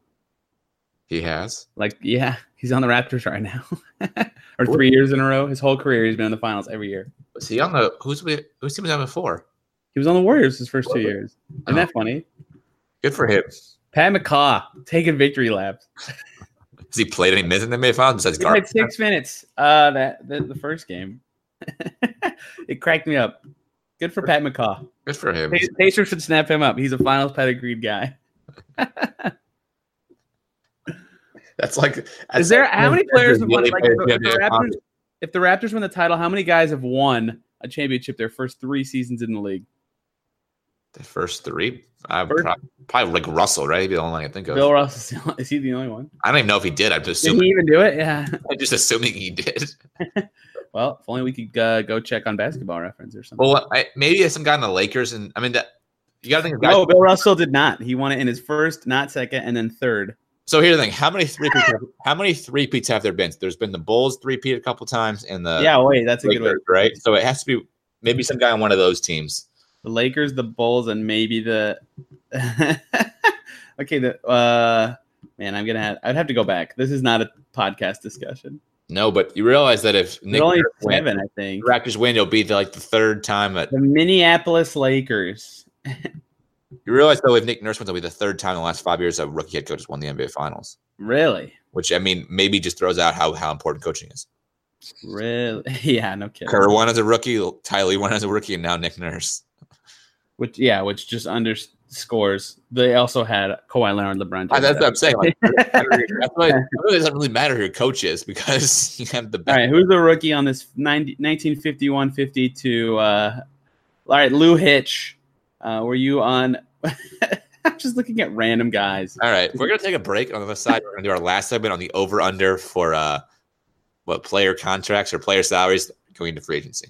S2: He has.
S3: Like, yeah, he's on the Raptors right now, or three years in a row. His whole career, he's been in the finals every year.
S2: Was he on the who's we who's he was on before?
S3: He was on the Warriors his first two years. Isn't that funny?
S2: Good for him.
S3: Pat McCaw taking victory laps.
S2: Has he played any minutes in the NBA Finals besides
S3: He played
S2: Garland?
S3: six minutes. Uh, that the, the first game. it cracked me up. Good for Pat McCaw.
S2: Good for him.
S3: Pa- Pacers should snap him up. He's a finals pedigreed guy.
S2: That's like.
S3: Is there how many players have won?
S2: Really
S3: Like,
S2: played the
S3: if, the, if the
S2: NBA
S3: Raptors,
S2: Finals.
S3: if the Raptors win the title, how many guys have won a championship their first three seasons in the league?
S2: The first three, I
S3: First-
S2: probably, probably like Russell, right? He'd be the only one I can think of.
S3: Bill Russell is the only- is he the only one?
S2: I don't even know if he did. I'm just
S3: Did he
S2: assuming.
S3: even do it? Yeah.
S2: I'm just assuming he did.
S3: Well, if only we could uh, go check on Basketball Reference or something.
S2: Well, I, maybe there's some guy in the Lakers, and I mean that. You got to think of Oh, guys.
S3: no, Bill Russell did not. He won it in his first, not second, and then third.
S2: So here's the thing: how many three peats? How many three peats have there been? There's been the Bulls three peat a couple times, and the
S3: yeah, wait, that's a good way.
S2: Uh, Lakers, right? So it has to be maybe some guy on one of those teams.
S3: The Lakers, the Bulls, and maybe the. okay, the uh, man, I'm gonna. Have, I'd have to go back. This is not a podcast discussion.
S2: No, but you realize that if
S3: There's
S2: Nick
S3: only
S2: Nurse wins-
S3: seven, I think.
S2: The Raptors win, it'll be the, like the third time. uh, At,
S3: The Minneapolis Lakers.
S2: you realize though, if Nick Nurse wins, it'll be the third time in the last five years a rookie head coach has won the NBA Finals.
S3: Really?
S2: Which I mean, maybe just throws out how how important coaching is.
S3: Really? Yeah, no kidding.
S2: Kerr won as a rookie, Ty Lee won as a rookie, and now Nick Nurse.
S3: Which yeah, which just underscores they also had Kawhi Leonard, LeBron.
S2: I,
S3: James.
S2: that's what I'm saying. Like, that's why it really doesn't really matter who your coach is because you have the
S3: All
S2: best.
S3: right, who's the rookie on this 90, 1951 52? Uh, all right, Lou Hitch. Uh, were you on? I'm just looking at random guys.
S2: All right, we're gonna take a break on the left side. We're gonna do our last segment on the over under for uh, what player contracts or player salaries going into free agency.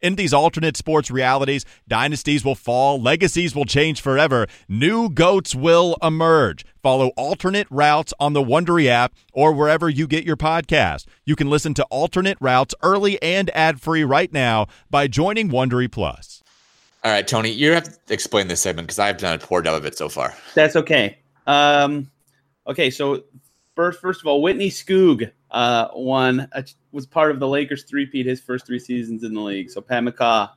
S4: In these alternate sports realities, dynasties will fall, legacies will change forever, new goats will emerge. Follow alternate routes on the Wondery app or wherever you get your podcast. You can listen to alternate routes early and ad free right now by joining Wondery Plus.
S2: All right, Tony, you have to explain this segment because I've done a poor job of it so far.
S3: That's okay. Um, okay, so first, first of all, Whitney Skoog uh, won a, was part of the Lakers three-peat his first three seasons in the league. So Pat McCaw,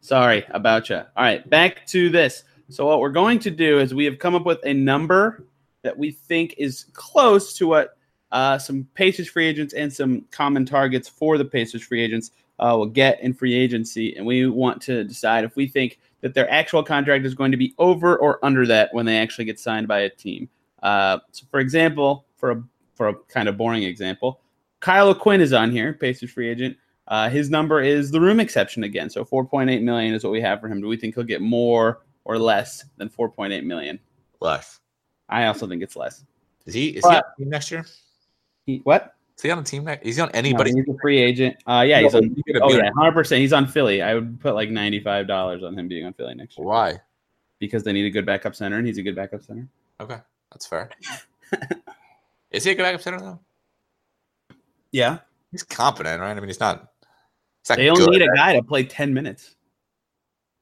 S3: sorry about you. All right, back to this. So what we're going to do is we have come up with a number that we think is close to what uh, some Pacers free agents and some common targets for the Pacers free agents uh, will get in free agency. And we want to decide if we think that their actual contract is going to be over or under that when they actually get signed by a team. Uh, so, for example, for a for a kind of boring example, Kyle Quinn is on here, Pacers free agent. Uh, his number is the room exception again. So 4.8 million is what we have for him. Do we think he'll get more or less than 4.8 million?
S2: Less.
S3: I also think it's less.
S2: Is he is he on
S3: But-
S2: the team next year?
S3: He, what?
S2: Is he on the team next? Is he on
S3: No,
S2: anybody?
S3: he's a free agent. Uh, yeah, he's
S2: No,
S3: on.
S2: he's gonna
S3: Oh
S2: be-
S3: yeah, 100. percent He's on Philly. I would put like 95 dollars on him being on Philly next year
S2: Why?
S3: because they need a good backup center, and he's a good backup center.
S2: Okay, that's fair. is he a good backup center though?
S3: Yeah,
S2: He's competent, right? I mean, he's not. He's not
S3: they only
S2: good.
S3: need a guy to play 10 minutes.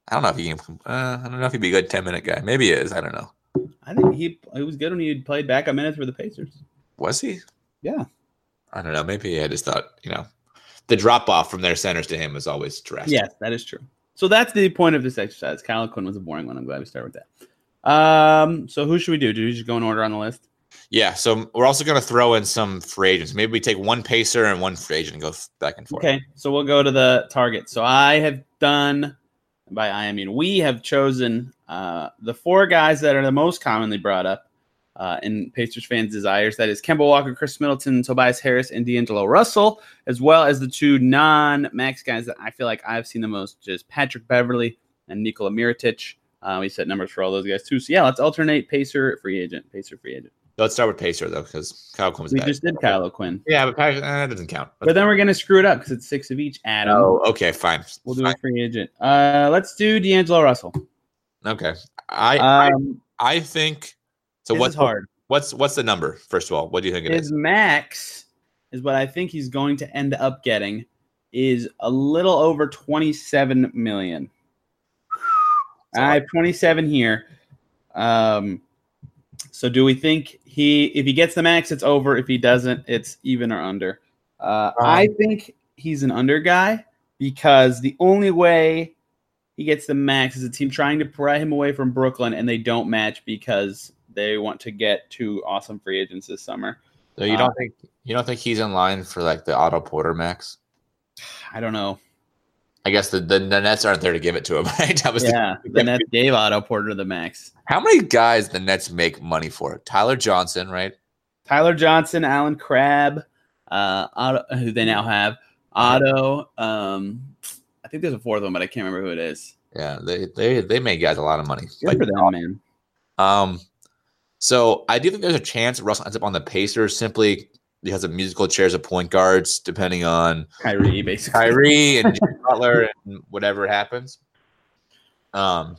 S2: I don't know if he can. Uh, I don't know if he'd be a good ten minute guy. Maybe he is. I don't know.
S3: I think he he was good when he played backup minutes for the Pacers.
S2: Was he?
S3: Yeah.
S2: I don't know. Maybe I just thought you know, the drop off from their centers to him is always drastic.
S3: Yes, that is true. So that's the point of this exercise. Kyle Quinn was a boring one. I'm glad we started with that. Um, so who should we do? Do we just go in order on the list?
S2: Yeah. So we're also going to throw in some free agents. Maybe we take one pacer and one free agent and go back and forth.
S3: Okay, so we'll go to the target. So I have done, by I, I mean we have chosen uh, the four guys that are the most commonly brought up uh, in Pacers fans' desires. That is Kemba Walker, Chris Middleton, Tobias Harris, and D'Angelo Russell, as well as the two non-max guys that I feel like I've seen the most, which is Patrick Beverly and Nikola Mirotic. Uh, we set numbers for all those guys too. So yeah, let's alternate Pacer free agent, Pacer free agent.
S2: Let's start with pacer though, because Kyle comes
S3: We
S2: back.
S3: just did Kyle O'Quinn,
S2: yeah, but Patrick, uh, that doesn't count.
S3: but then we're gonna screw it up because it's six of each. Adam.
S2: oh, okay, fine.
S3: We'll do
S2: Fine.
S3: a free agent. Uh, let's do D'Angelo Russell.
S2: Okay. I, I
S3: Um,
S2: I think. So
S3: so
S2: what's
S3: what's hard?
S2: What's what's the number? First of all, what do you think it
S3: His
S2: is?
S3: max is what I think he's going to end up getting is a little over twenty-seven million.
S2: That's a lot.
S3: I have twenty-seven here. Um, so do we think he, if he gets the max, it's over. If he doesn't, it's even or under. Uh, I think he's an under guy because the only way he gets the max is a team trying to pry him away from Brooklyn and they don't match because they want to get two awesome free agents this summer.
S2: So you don't think you don't think he's in line for like the Otto Porter max?
S3: I don't know.
S2: I guess the, the, the Nets aren't there to give it to him. Right? That was the-
S3: Yeah, the Nets gave Otto Porter the max.
S2: how many guys the Nets make money for? Tyler Johnson, right?
S3: Tyler Johnson, Alan Crabb, uh, Otto, who they now have. Otto. Um, I think there's a fourth one, but I can't remember who it is.
S2: Yeah, they they they make guys a lot of money.
S3: Good for them, man.
S2: Um, so I do think there's a chance Russell ends up on the Pacers simply because of musical chairs of point guards, depending on
S3: Kyrie, basically.
S2: Kyrie and Jimmy Butler and whatever happens. Um,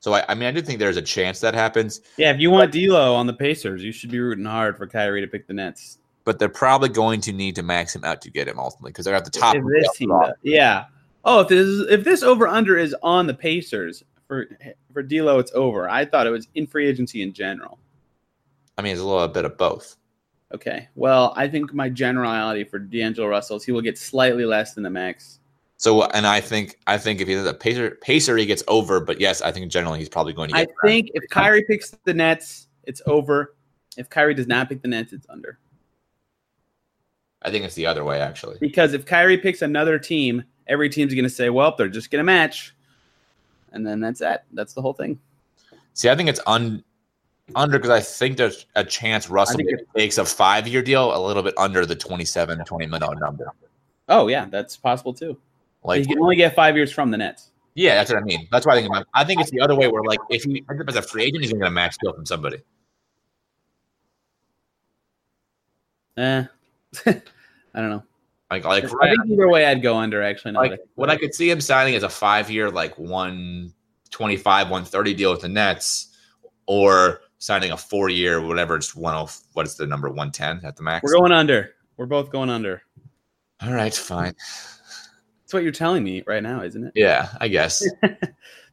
S2: so I, I mean, I do think there's a chance that happens,
S3: Yeah, if you want D'Lo on the Pacers, you should be rooting hard for Kyrie to pick the Nets.
S2: but they're probably going to need to max him out to get him ultimately because they're at the top.
S3: if
S2: of the
S3: this team does- yeah. Oh, if this is, if this over under is on the Pacers for for D'Lo, it's over. I thought it was in free agency in general.
S2: I mean, it's a little bit of both.
S3: Okay. Well, I think my generality for D'Angelo Russell is he will get slightly less than the max.
S2: So, and I think I think if he's a pacer, pacer, he gets over. But yes, I think generally he's probably going to
S3: I
S2: get.
S3: think if Kyrie picks the Nets, it's over. If Kyrie does not pick the Nets, it's under.
S2: I think it's the other way actually.
S3: Because if Kyrie picks another team, every team's going to say, "Well, they're just going to match," and then that's that. That's the whole thing.
S2: See, I think it's un, under because I think there's a chance Russell
S3: think it-
S2: takes a five year deal a little bit under the 27, 20 million dollar number.
S3: Oh yeah, that's possible too.
S2: Like,
S3: you can only get five years from the Nets.
S2: yeah, that's what I mean. That's why I think about, I think it's the other way where like if he ends up as a free agent, he's gonna get a max deal from somebody.
S3: Eh, I don't know.
S2: Like, like,
S3: I think either way, I'd go under. Actually, now
S2: like
S3: that
S2: what I could see him signing is a five year like one twenty five, one thirty deal with the Nets, or signing a four year whatever it's one oh what is the number one ten at the max.
S3: we're going under. We're both going under.
S2: All right, fine.
S3: That's what you're telling me right now, isn't it?
S2: Yeah, I guess.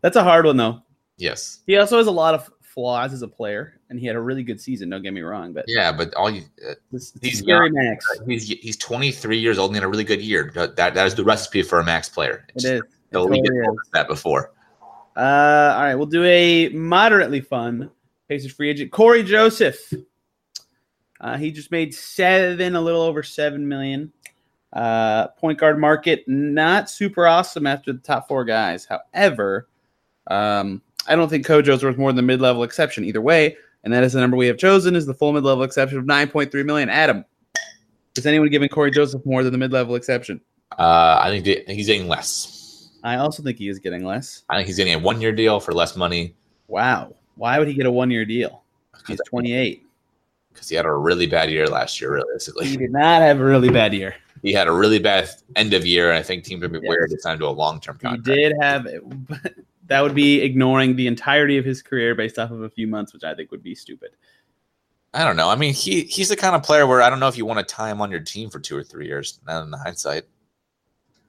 S3: That's a hard one though.
S2: yes.
S3: He also has a lot of flaws as a player, and he had a really good season. Don't get me wrong, but
S2: Yeah, but all you uh,
S3: this,
S2: He's
S3: he's scary max.
S2: he's he's 23 years old and had a really good year. That that that is the recipe for a max player.
S3: It is. It
S2: The league
S3: totally
S2: has
S3: is.
S2: told us that before.
S3: Uh, all right, we'll do a moderately fun Pacers free agent Corey Joseph. Uh, he just made seven, a little over seven million. Uh, point guard market not super awesome after the top four guys. However, um, I don't think Kojo's worth more than the mid-level exception either way, and that is the number we have chosen is the full mid-level exception of nine point three million. Adam, is anyone giving Corey Joseph more than the mid-level exception?
S2: Uh, I think the- I think he's getting less.
S3: I also think he is getting less.
S2: I think he's getting a one year deal for less money
S3: Wow, why would he get a one-year deal? He's twenty-eight.
S2: because he had a really bad year last year.
S3: He
S2: Realistically,
S3: did not have a really bad year.
S2: he had a really bad end of year, and I think teams are going to be
S3: Yes.
S2: weird to sign him to a long term
S3: He
S2: contract.
S3: did have that would be ignoring the entirety of his career based off of a few months, which I think would be stupid.
S2: I don't know. I mean, he he's the kind of player where I don't know if you want to tie him on your team for two or three years. Now in the hindsight,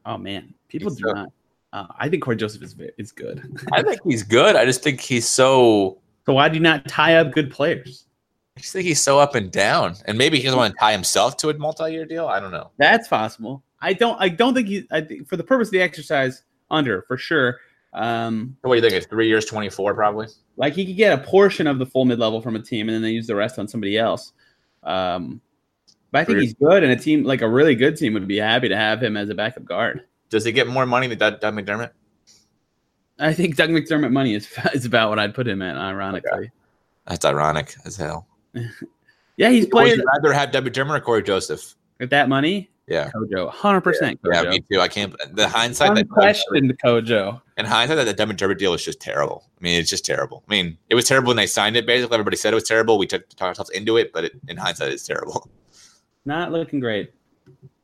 S3: Oh man, people do
S2: So-
S3: not. Uh, I think Corey Joseph is ve- is good.
S2: I think he's good. I just think he's so.
S3: so why do you not tie up good players?
S2: I just think he's so up and down, and maybe he doesn't want to tie himself to a multi-year deal. I don't know.
S3: That's possible. I don't. I don't think he. I think for the purpose of the exercise, under for sure. Um,
S2: What do you think? It's three years, twenty-four, probably.
S3: like he could get a portion of the full mid level from a team, and then they use the rest on somebody else. Um, but I think
S2: Agreed.
S3: he's good, and a team like a really good team would be happy to have him as a backup guard.
S2: Does he get more money than Doug, Doug McDermott?
S3: I think Doug McDermott money is is about what I'd put him at, ironically.
S2: That's ironic as hell.
S3: Yeah, he's
S2: Would
S3: playing
S2: you rather have Doug McDermott or Corey Joseph?
S3: with that money.
S2: Yeah.
S3: Kojo, hundred percent.
S2: Yeah,
S3: Kojo,
S2: me too. I can't. The hindsight that
S3: unquestioned Kojo.
S2: in hindsight that the Devin Derby deal is just terrible. I mean, it's just terrible. I mean, it was terrible when they signed it. Basically, everybody said it was terrible. We took talked ourselves into it, but it, in hindsight, it's terrible.
S3: Not looking great.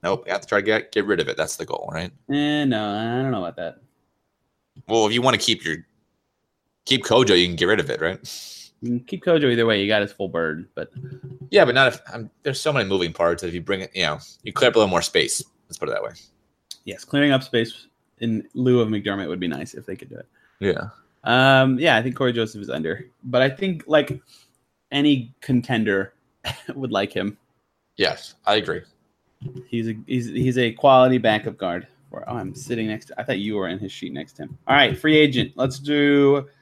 S2: Nope, we have to try to get get rid of it. That's the goal, right?
S3: Eh, no, I don't know about that.
S2: Well, if you want to keep your keep Kojo, you can get rid of it, right?
S3: You can keep Kojo either way. You got his full bird, but
S2: Yeah, but not if um there's so many moving parts. If you bring it, you know, you clear up a little more space. Let's put it that way.
S3: yes, clearing up space in lieu of McDermott would be nice if they could do it.
S2: Yeah,
S3: Um, yeah, I think Corey Joseph is under, but I think like any contender would like him.
S2: yes, I agree.
S3: He's a he's he's a quality backup guard. For, oh, I'm sitting next. to I thought you were in his sheet next to him. All right, free agent. Let's do.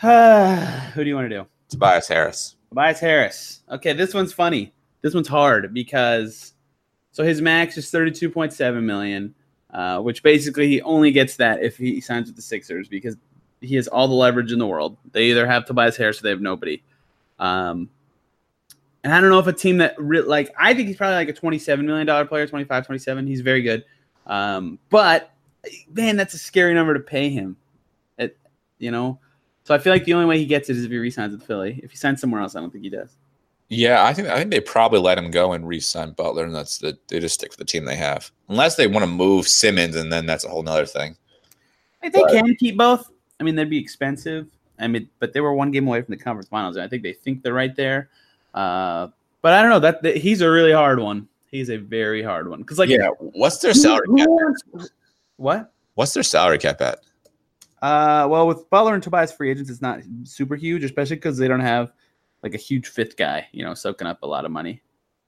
S3: who do you want to do?
S2: Tobias Harris.
S3: Tobias Harris. Okay, this one's funny. This one's hard because so his max is 32.7 million, uh, which basically he only gets that if he signs with the Sixers because he has all the leverage in the world. They either have Tobias Harris or they have nobody. Um, and I don't know if a team that re- like I think he's probably like a 27 million dollar player, 25, 27. He's very good. Um, but man, that's a scary number to pay him. It, you know, so I feel like the only way he gets it is if he resigns with Philly. If he signs somewhere else, I don't think he does.
S2: Yeah, I think I think they probably let him go and re-sign Butler, and that's the, they just stick with the team they have, unless they want to move Simmons, and then that's a whole nother thing.
S3: If they can keep both, I mean, that'd be expensive. I mean, but they were one game away from the conference finals, and I think they think they're right there. Uh, but I don't know that, that he's a really hard one. He's a very hard one because, like,
S2: yeah, what's their
S3: who-
S2: salary
S3: who
S2: cap?
S3: wants- what?
S2: What's their salary cap at?
S3: Uh, well, with Butler and Tobias free agents, it's not super huge, especially because they don't have like a huge fifth guy, you know, soaking up a lot of money.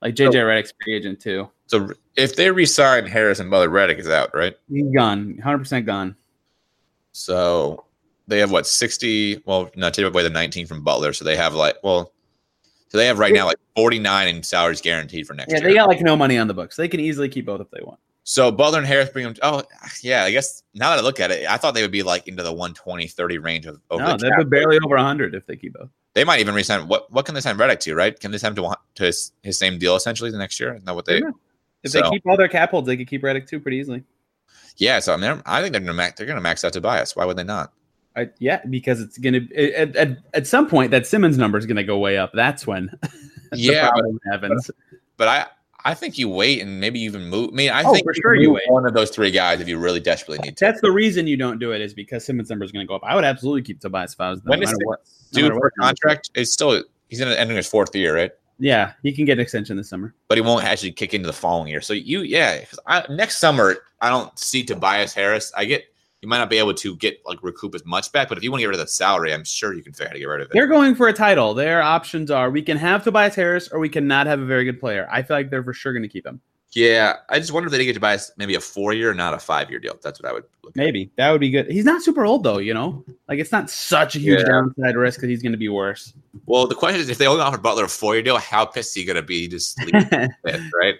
S3: Like JJ Redick's free agent too.
S2: So if they re-sign Harris and Butler, Reddick is out, right?
S3: He's gone, hundred percent gone.
S2: So they have what sixty? Well, no, take away the nineteen from Butler, so they have like well, so they have right now like forty nine in salaries guaranteed for next
S3: Yeah,
S2: year.
S3: they got like no money on the books. They can easily keep both if they want.
S2: So Butler and Harris bring them. Oh, yeah. I guess now that I look at it, I thought they would be like into the 120, 30 range of over
S3: no,
S2: the
S3: they'd
S2: cap.
S3: be barely over hundred if they keep both.
S2: They might even resign. What what can they sign Reddick to? Right? Can they sign him to one- to his, his same deal essentially the next year? Is that what they?
S3: Yeah. If
S2: So-
S3: they keep all their cap holds, they could keep Reddick too pretty easily.
S2: Yeah. So I mean, I think they're gonna max. They're gonna max out Tobias. Why would they not?
S3: I, yeah, because it's gonna at, at, at some point that Simmons number is gonna go way up. That's when the
S2: yeah, but,
S3: problem happens.
S2: but I I think you wait and maybe even move. I mean, I
S3: Oh,
S2: think
S3: for sure
S2: can
S3: you
S2: move
S3: wait.
S2: one of those three guys if you really desperately need to.
S3: That's the reason you don't do it is because Simmons number is gonna go up. I would absolutely keep Tobias if I was them,
S2: When
S3: no
S2: is
S3: matter
S2: it
S3: what. no
S2: Dude,
S3: matter
S2: for
S3: what.
S2: contract is still he's gonna end in his fourth year, right?
S3: Yeah, he can get an extension this summer.
S2: but he won't actually kick into the following year. So you, yeah, 'cause I, next summer I don't see Tobias Harris. I get you might not be able to get like recoup as much back, but if you want to get rid of the salary, I'm sure you can figure out how to get rid of it.
S3: They're going for a title. Their options are we can have Tobias Harris or we cannot have a very good player. I feel like they're for sure gonna keep him.
S2: Yeah, I just wonder if they did get Tobias maybe a four year, not a five year deal. That's what I would look at.
S3: Maybe that would be good. He's not super old though, you know. Like it's not such a huge
S2: Yeah.
S3: downside risk that he's going to be worse.
S2: Well, the question is if they only offer Butler a four year deal, how pissed are you going to be? Just leaving fifth, right?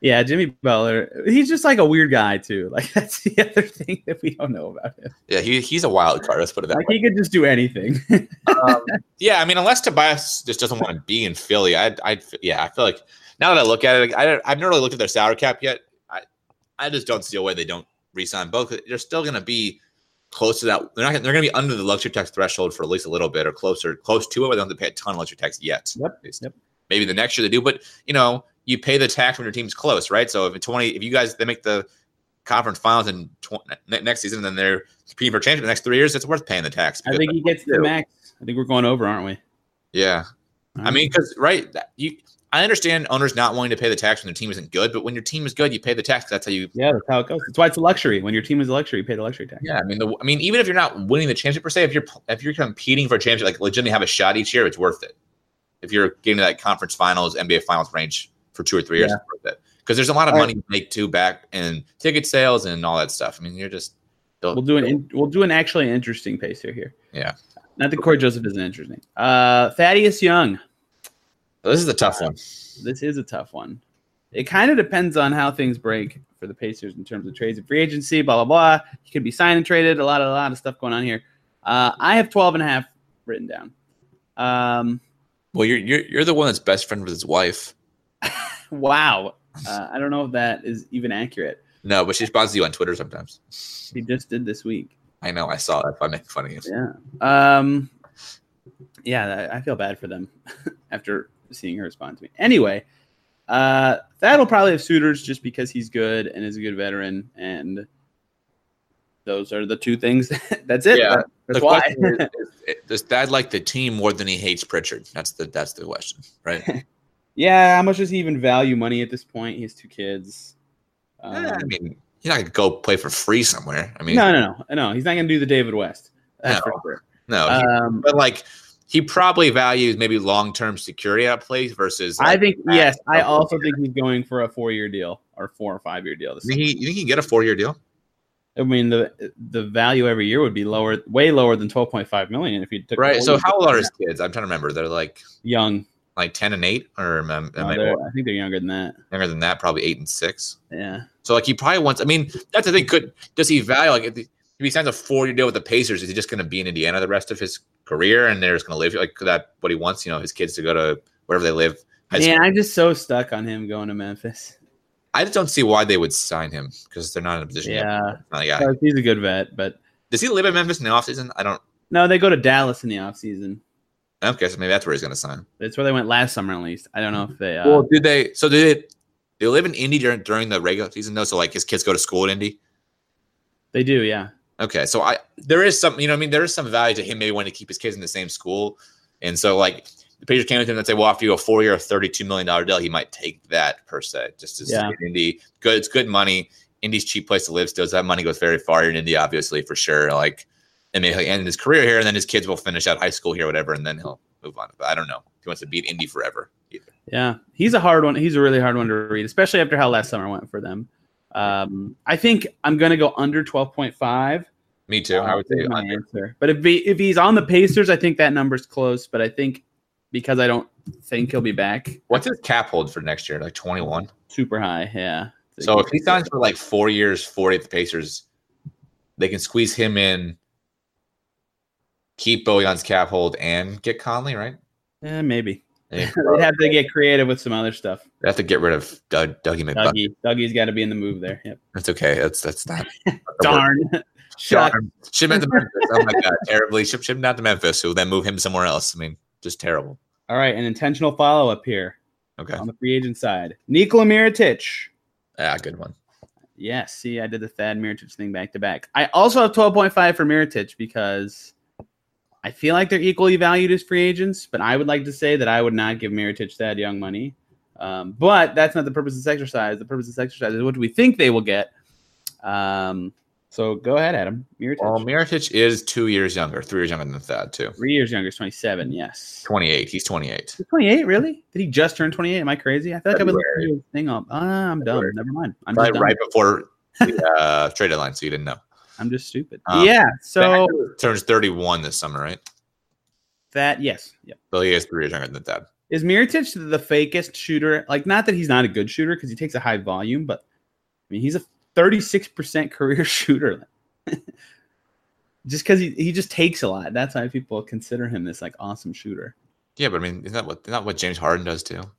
S3: yeah, Jimmy Butler. He's just like a weird guy too. Like that's the other thing that we don't know about him.
S2: Yeah, he, he's a wild card. Let's put it that
S3: Like
S2: way.
S3: he could just do anything.
S2: Yeah, I mean, unless Tobias just doesn't want to be in Philly, I, I, yeah, I feel like now that I look at it, I, don't- I've never really looked at their salary cap yet. I, I just don't see a way they don't resign both. They're still going to be close to that. They're not. gonna- They're going to be under the luxury tax threshold for at least a little bit, or closer, close to it. But they don't have to pay a ton of luxury tax yet.
S3: Yep,
S2: At least.
S3: yep.
S2: Maybe the next year they do, but you know, you pay the tax when your team's close, right? So if in twenty, if you guys they make the conference finals in tw- ne- next season, then they're competing for championship the next three years. It's worth paying the tax.
S3: I
S2: because-
S3: think he gets the max. I think we're going over, aren't we?
S2: yeah. I mean, because right, that- you. I understand owners not wanting to pay the tax when their team isn't good, but when your team is good, you pay the tax. That's how you.
S3: yeah, that's how it goes. That's why it's a luxury. When your team is a luxury, you pay the luxury tax.
S2: Yeah, I mean, the, I mean, even if you're not winning the championship per se, if you're if you're competing for a championship, like legitimately have a shot each year, it's worth it. If you're getting to that conference finals, NBA finals range for two or three years,
S3: Yeah.
S2: it's worth it. Because there's a lot of
S3: All right.
S2: money to make too back and ticket sales and all that stuff. I mean, you're just
S3: We'll do an in, we'll do an actually interesting pacer here.
S2: Yeah.
S3: Not that Corey Joseph isn't interesting. Uh, Thaddeus Young.
S2: This is a tough one.
S3: This is a tough one. It kind of depends on how things break for the Pacers in terms of trades and free agency, blah blah blah. He could be signed and traded. A lot, a lot of stuff going on here. Uh, I have 12 and a half written down. Um,
S2: Well, you're you're you're the one that's best friend with his wife.
S3: wow. Uh, I don't know if that is even accurate.
S2: No, but she responds to you on Twitter sometimes.
S3: He just did this week.
S2: I know, I saw that. I'm making fun of you.
S3: Yeah. Um. Yeah, I I feel bad for them after seeing her respond to me. Anyway, uh, that'll probably have suitors just because he's good and is a good veteran, and those are the two things. that's it.
S2: Yeah.
S3: That- That's
S2: the
S3: why.
S2: question is, is- does Thad like the team more than he hates Pritchard? That's the that's the question, right?
S3: yeah. How much does he even value money at this point? He has two kids. Um,
S2: I mean, you're not gonna go play for free somewhere. I mean,
S3: no, no, no, no. He's not going to do the David West. That's
S2: No.
S3: for sure.
S2: no, he-
S3: Um,
S2: but like he probably values maybe long term security at a place versus.
S3: I
S2: Like,
S3: think
S2: that-
S3: yes. I
S2: that-
S3: also think he's going for a four-year deal or four or five-year deal. This
S2: you think he, you think he can get a four year deal?
S3: I mean the the value every year would be lower, way lower than twelve point five million if you took
S2: Right. So
S3: 40
S2: how old are his kids? I'm trying to remember. They're like
S3: young?
S2: like ten and eight, or am, am
S3: No,
S2: I
S3: they're- I think they're younger than that.
S2: younger than that? Probably eight and six.
S3: Yeah,
S2: So like he probably wants. I mean, that's the thing. Could does he value like if he, if he signs a four year deal with the Pacers? Is he just going to be in Indiana the rest of his career and they're just going to live like could that? What he wants, you know, his kids to go to wherever they live. High
S3: yeah.
S2: school.
S3: I'm just so stuck on him going to Memphis.
S2: I just don't see why they would sign him because they're not in a position. yet.
S3: Yeah,
S2: Not a guy.
S3: Uh, he's a good vet, but
S2: Does he live in Memphis in the offseason? I don't.
S3: no, they go to Dallas in the offseason.
S2: Okay, so maybe that's where he's going to sign.
S3: That's where they went last summer, at least. I don't know if they. Uh,
S2: Well, did they? So did they? They live in Indy during during the regular season though. So like his kids go to school in Indy.
S3: they do, yeah.
S2: Okay, so I there is some, you know, what I mean, there is some value to him maybe wanting to keep his kids in the same school, and so like the Pacers came with him and say, "We'll offer you a four-year, thirty-two million dollar deal." He might take that per se, just as
S3: Yeah.
S2: Indy good. It's good money. Indy's cheap place to live still. So that money goes very far in Indy, obviously for sure. Like, and maybe he'll end his career here, and then his kids will finish out high school here, whatever, and then he'll move on. But I don't know. He wants to beat Indy forever. Either.
S3: Yeah, he's a hard one. He's a really hard one to read, especially after how last summer went for them. Um, I think I'm going to go under 12.5.
S2: Me too. I would
S3: That's
S2: say
S3: my
S2: under.
S3: answer. But if he, if he's on the Pacers, I think that number's close. But I think because I don't think he'll be back
S2: What's his cap hold for next year? Like twenty-one.
S3: super high. Yeah.
S2: So if he signs for like four years, forty at the Pacers, they can squeeze him in, keep Bojan's cap hold, and get Conley, right?
S3: Eh, maybe
S2: They have
S3: they'd have to get creative with some other stuff.
S2: they have to get rid of Doug, Dougie McBuck.
S3: Dougie, Dougie's got to be in the move there. Yep.
S2: That's okay. That's that's not.
S3: Darn. Shock.
S2: Darn. Ship him to Memphis. Oh my god, terribly. Ship ship him out to Memphis, who then move him somewhere else. I mean, just terrible.
S3: All right, an intentional follow up here
S2: Okay,
S3: on the free agent side. Nikola Mirotic.
S2: yeah, good one.
S3: Yeah, see, I did the Thad Miritich thing back to back. I also have 12.5 for Miritich because I feel like they're equally valued as free agents, but I would like to say that I would not give Miritich Thad Young money. Um, but that's not the purpose of this exercise. The purpose of this exercise is what do we think they will get? Um, So go ahead, Adam. Miritich.
S2: Well, Miritich is two years younger, three years younger than Thad too.
S3: Three years younger, is 27. Yes.
S2: Twenty eight. He's twenty eight.
S3: He's 28, really? Did he just turn 28? Am I crazy? I feel like I've been
S2: February.
S3: looking at the thing up. Ah, I'm dumb. Never mind. I'm just
S2: Right,
S3: dumb.
S2: right before the uh, trade deadline, so you didn't know.
S3: I'm just stupid.
S2: Um,
S3: yeah. So
S2: turns thirty one this summer, right?
S3: that, yes. Yep.
S2: So he is three years younger than Thad.
S3: Is Miritich the fakest shooter? Like, not that he's not a good shooter because he takes a high volume, but I mean, he's a 36% career shooter. just because he, he just takes a lot. That's why people consider him this like awesome shooter.
S2: Yeah, but I mean, isn't that what isn't that what James Harden does too? James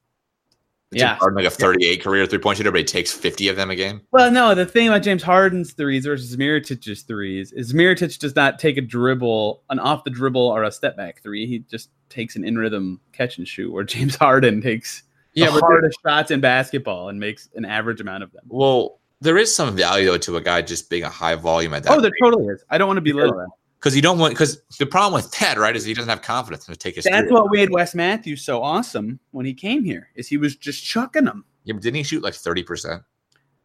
S3: Yeah.
S2: Harden like a thirty eight career three point shooter, but he takes fifty of them a game.
S3: Well, no, the thing about James Harden's threes versus Miritich's threes is Miritich does not take a dribble, an off the dribble or a step back three. He just takes an in rhythm catch and shoot, where James Harden takes
S2: Yeah, but
S3: the hardest shots in basketball and makes an average amount of them.
S2: Well, there is some value though to a guy just being a high volume at that.
S3: Oh, there totally is. I don't want to belittle that.
S2: because you don't want because the problem with that right is he doesn't have confidence to take his.
S3: That's
S2: three.
S3: what made Wes Matthews so awesome when he came here. Is he was just chucking them.
S2: Yeah, but didn't he shoot like thirty percent?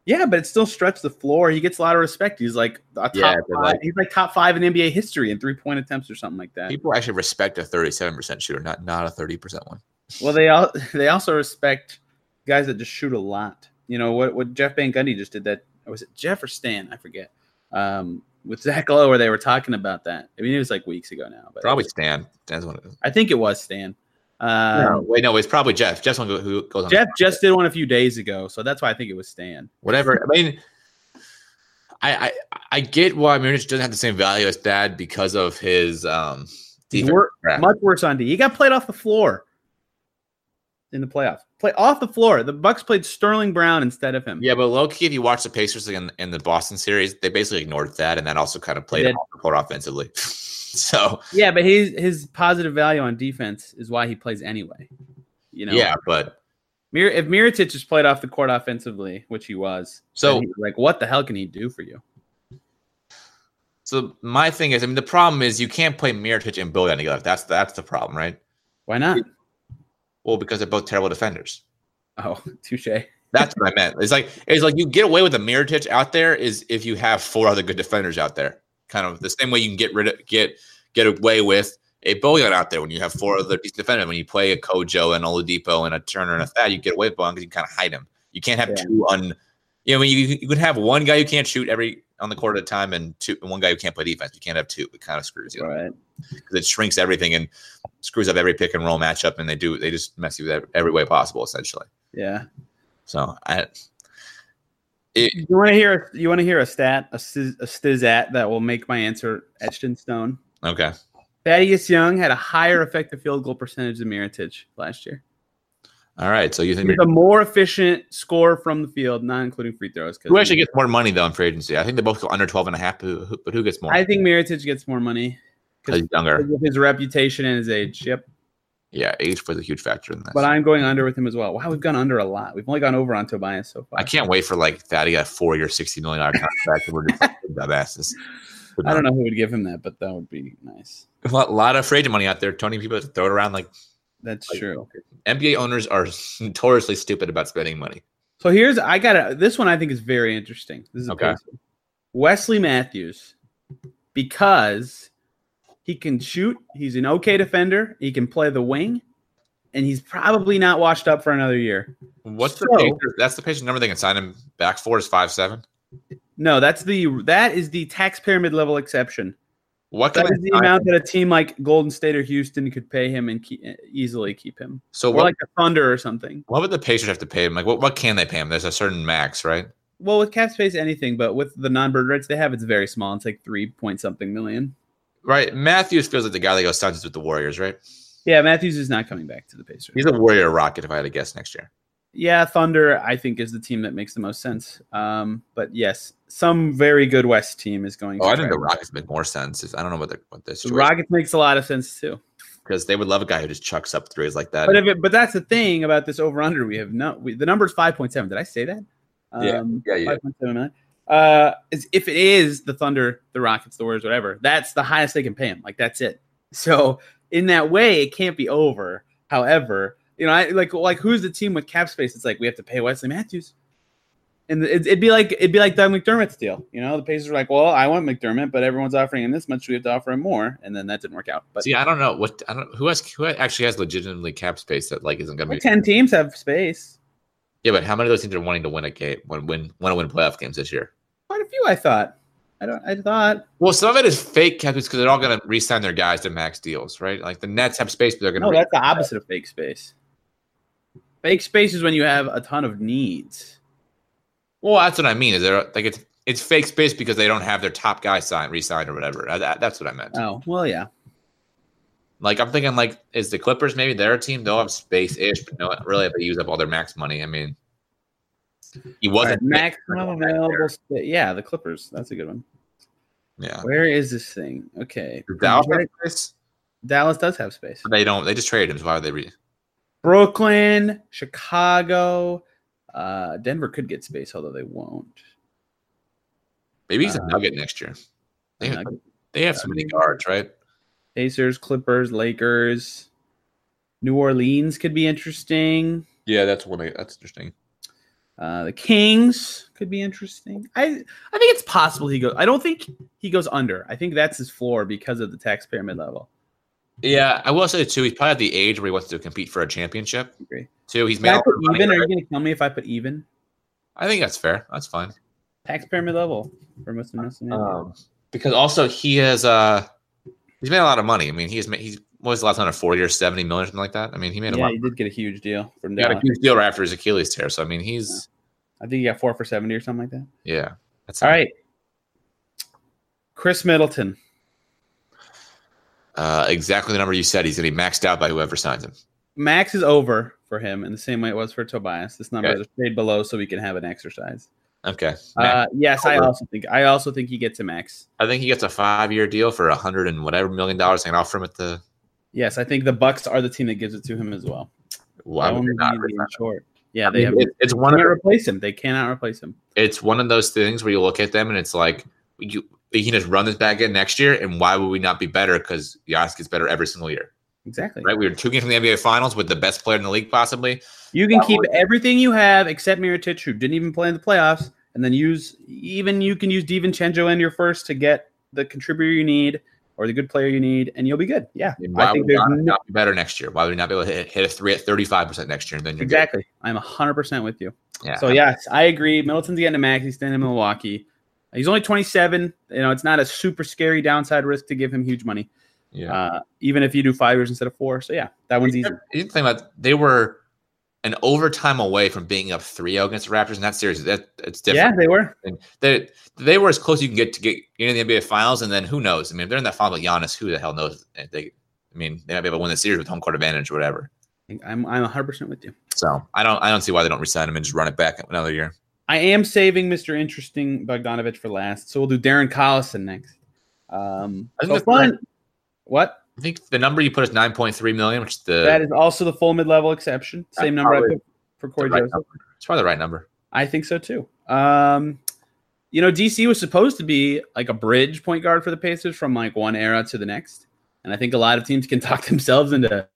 S3: Yeah, but it still stretched the floor. He gets a lot of respect. He's like a top
S2: Yeah, but
S3: five,
S2: like-
S3: he's like top five in NBA history in three point attempts or something like that.
S2: People actually respect a thirty-seven percent shooter, not not a thirty percent one.
S3: Well, they all they also respect guys that just shoot a lot. You know what? What Jeff Van Gundy just did that or was it Jeff or Stan? I forget. Um, with Zach Lowe, where they were talking about that. I mean, it was like weeks ago now, but
S2: Probably Stan. Stan's one.
S3: I think it was Stan. Um,
S2: no, wait, no, it's probably Jeff. Jeff's one who- who goes on.
S3: Jeff just did one a few days ago, so that's why I think it was Stan.
S2: whatever. I mean, I I, I get why Munich doesn't have the same value as Thad because of his um
S3: He's
S2: defense.
S3: wor-
S2: crap.
S3: much worse on D. He got played off the floor in the playoffs. Play off the floor. The Bucks played Sterling Brown instead of him.
S2: Yeah, but low key, if you watch the Pacers in, in the Boston series, they basically ignored that, and that also kind of played
S3: They
S2: off the
S3: did.
S2: court offensively. so
S3: yeah, but his his positive value on defense is why he plays anyway. You know,
S2: yeah, but
S3: Mir- if Miritich just played off the court offensively, which he was,
S2: So-
S3: then he- like, what the hell can he do for you?
S2: so my thing is, I mean, the problem is you can't play Miritich and Bojan together. That's that's the problem, right?
S3: Why not?
S2: Well, because they're both terrible defenders.
S3: Oh, touche. Yeah,
S2: That's what I meant. It's like it's like you get away with a Miritich out there is if you have four other good defenders out there. Kind of the same way you can get rid of get get away with a Bojan out there when you have four other decent defenders. When you play a Kojo and Oladipo and a Turner and a Thad, you get away with Bojan because you kind of hide him. You can't have
S3: Yeah.
S2: two un. You know, I mean, you, you can have one guy who can't shoot every on the court at a time, and two and one guy who can't play defense. You can't have two. It kind of screws you up
S3: Right.
S2: because it shrinks everything and screws up every pick and roll matchup. And they do they just mess you with every, every way possible essentially.
S3: Yeah.
S2: So I,
S3: You want to hear? You want to hear a stat, a, stiz, a stizat that will make my answer etched in stone.
S2: okay.
S3: Thaddeus Young had a higher effective field goal percentage than Miritich last year.
S2: All right. So you think
S3: He's a more efficient scorer from the field, not including free throws. 'cause-
S2: who actually gets more money though in free agency? I think they both go under 12 and a half, but who, but who gets more?
S3: I think Miritich gets more money
S2: 'Cause he's younger.
S3: with his reputation and his age. Yep.
S2: Yeah, age was a huge factor in this.
S3: But I'm going under with him as well. Wow, we've gone under a lot. We've only gone over on Tobias so far.
S2: I can't wait for like that. He got a four year, $60 million contract. and we're just like, dumbasses.
S3: I don't know who would give him that, but that would be nice.
S2: A lot, lot of free agent money out there. Tony people throw it around like
S3: That's
S2: Like-
S3: true.
S2: NBA owners are notoriously stupid about spending money.
S3: So here's I got to this one. I think is very interesting. This is a
S2: Okay.
S3: crazy one. Wesley Matthews because he can shoot. He's an okay defender. He can play the wing, and he's probably not washed up for another year.
S2: What's the
S3: So-
S2: Pacers- That's the patient number they can sign him back for is five seven.
S3: No, that's the that is the tax pyramid level exception.
S2: What can
S3: That
S2: they
S3: is the
S2: sign-
S3: amount that a team like Golden State or Houston could pay him and keep, easily keep him,
S2: So
S3: or
S2: what,
S3: like the Thunder or something.
S2: what would the Pacers have to pay him? Like what, what can they pay him? There's a certain max, right?
S3: Well, with cap space, anything, but with the non-bird rights they have, it's very small. It's like three point something million.
S2: Right. Matthews feels like the guy that goes signs with the Warriors, right?
S3: Yeah, Matthews is not coming back to the Pacers.
S2: He's a Warrior Rocket if I had to guess next year.
S3: yeah, Thunder, I think, is the team that makes the most sense. Um, but yes, some very good West team is going.
S2: Oh,
S3: to
S2: I think the
S3: try.
S2: Rockets make more sense. If, I don't know what the what this
S3: The Rockets makes a lot of sense too.
S2: because they would love a guy who just chucks up threes like that.
S3: But if it, but that's the thing about this over under. We have no we, the number is five point seven. Did I say that?
S2: Yeah,
S3: Um,
S2: yeah, you did.
S3: Five point seven million. Uh, is if it is the Thunder, the Rockets, the Warriors, whatever, that's the highest they can pay him. Like that's it. So in that way, it can't be over. However, you know, I like like who's the team with cap space? It's like we have to pay Wesley Matthews. And it'd, it'd be like it'd be like Doug McDermott's deal. You know, the Pacers were like, "Well, I want McDermott, but everyone's offering him this much. We have to offer him more." And then that didn't work out. But
S2: See, I don't know what I don't who has who actually has legitimately cap space that like isn't gonna
S3: Well,
S2: be.
S3: ten teams have space.
S2: Yeah, but how many of those teams are wanting to win a game, win, win, want to win playoff games this year?
S3: Quite a few, I thought. I don't. I thought
S2: Well, some of it is fake cap because they're all going to re-sign their guys to max deals, right? Like the Nets have space, but they're going to.
S3: no. oh, That's the opposite of fake space. Fake space is when you have a ton of needs.
S2: well, that's what I mean. Is there like it's it's fake space because they don't have their top guy signed, re-signed, or whatever. Uh, that- that's what I meant.
S3: Oh well, yeah.
S2: Like I'm thinking, like is the Clippers maybe their team? They'll have space ish, but no, really, if they use up all their max money. I mean, he wasn't
S3: All right, maximum available space. Yeah, the Clippers. That's a good one.
S2: Yeah,
S3: Where is this thing? Okay.
S2: Dallas, has space?
S3: Dallas does have space.
S2: But they don't. They just traded him. So why would they re?
S3: Brooklyn, Chicago, uh, Denver could get space, although they won't.
S2: Maybe he's
S3: Uh,
S2: a Nugget next year. They have,
S3: Nuggets,
S2: they have so many guards, right?
S3: Pacers, Clippers, Lakers, New Orleans could be interesting.
S2: Yeah, that's one. That's interesting.
S3: Uh, the Kings could be interesting. I I think it's possible he goes. I don't think he goes under. I think that's his floor because of the tax pyramid level.
S2: Yeah, I will say too. He's probably at the age where he wants to compete for a championship.
S3: Agree.
S2: Too, he's
S3: Should
S2: made.
S3: I
S2: all
S3: put
S2: the money,
S3: even? Are you
S2: right?
S3: going to tell me if I put even?
S2: I think that's fair. That's fine.
S3: Tax pyramid level for most of most of the-
S2: Um, because also he has uh, he's made a lot of money. I mean, he's made he's what was the last one? Forty or seventy million, something like that. I mean, he made a
S3: Yeah,
S2: lot.
S3: he did get a huge deal from
S2: He got a
S3: Dallas.
S2: huge deal right after his Achilles tear. So I mean, he's
S3: I think he got four for seventy or something like that.
S2: yeah. That's
S3: All right. Chris Middleton.
S2: Uh, exactly the number you said. He's gonna be maxed out by whoever signs him.
S3: Max is over for him in the same way it was for Tobias. This number
S2: Okay.
S3: is stayed below so we can have an exercise.
S2: Okay.
S3: Uh, yes, I
S2: Over.
S3: also think I also think he gets a max.
S2: I think he gets a five-year deal for a hundred and whatever million dollars. They can offer him at the.
S3: Yes, I think the Bucks are the team that gives it to him as well.
S2: Why would
S3: Only
S2: they not?
S3: being
S2: re-sign him?
S3: short. Yeah,
S2: I
S3: they
S2: mean,
S3: have.
S2: it- it's one of
S3: cannot replace him. They cannot replace him.
S2: it's one of those things where you look at them and it's like you you can just run this back in next year, and why would we not be better? Because Giannis gets better every single year,
S3: Exactly.
S2: right? We were two games from the NBA Finals with the best player in the league, possibly.
S3: You can
S2: That
S3: keep
S2: would-
S3: everything you have except Miritich, who didn't even play in the playoffs, and then use even you can use DiVincenzo in your first to get the contributor you need or the good player you need, and you'll be good. Yeah,
S2: And
S3: I
S2: Why
S3: think
S2: would
S3: there's
S2: Giannis
S3: no,
S2: not be better next year? Why would we not be able to hit, hit a three at thirty-five percent next year? And then you're good.
S3: exactly. I'm hundred percent with you.
S2: Yeah.
S3: So yes, I agree. Middleton's getting a max. He's staying in Milwaukee. He's only 27. You know, it's not a super scary downside risk to give him huge money,
S2: yeah.
S3: uh, even if you do five years instead of four. So yeah, that one's easy.
S2: You didn't think about they were an overtime away from being up 3-0 against the Raptors in that series. That it's different.
S3: Yeah, they were.
S2: And they they were as close as you can get to get in the NBA Finals, and then who knows? I mean, if they're in that final with Giannis, who the hell knows? If they, I mean, they might be able to win the series with home court advantage or whatever.
S3: I'm I'm 100 percent with you.
S2: So I don't I don't see why they don't resign him and just run it back another year.
S3: I am saving Mr. Interesting Bogdanovich for last, so we'll do Darren Collison next. Um,
S2: I think
S3: so
S2: that's
S3: fun.
S2: right.
S3: What?
S2: I think the number you put is nine point three million, which is the,
S3: that is also the full mid-level exception. Same number I
S2: probably
S3: put for
S2: the
S3: Corey
S2: right
S3: Joseph.
S2: number. It's probably the right number.
S3: I think so too. Um, you know, DC was supposed to be like a bridge point guard for the Pacers from like one era to the next, and I think a lot of teams can talk themselves into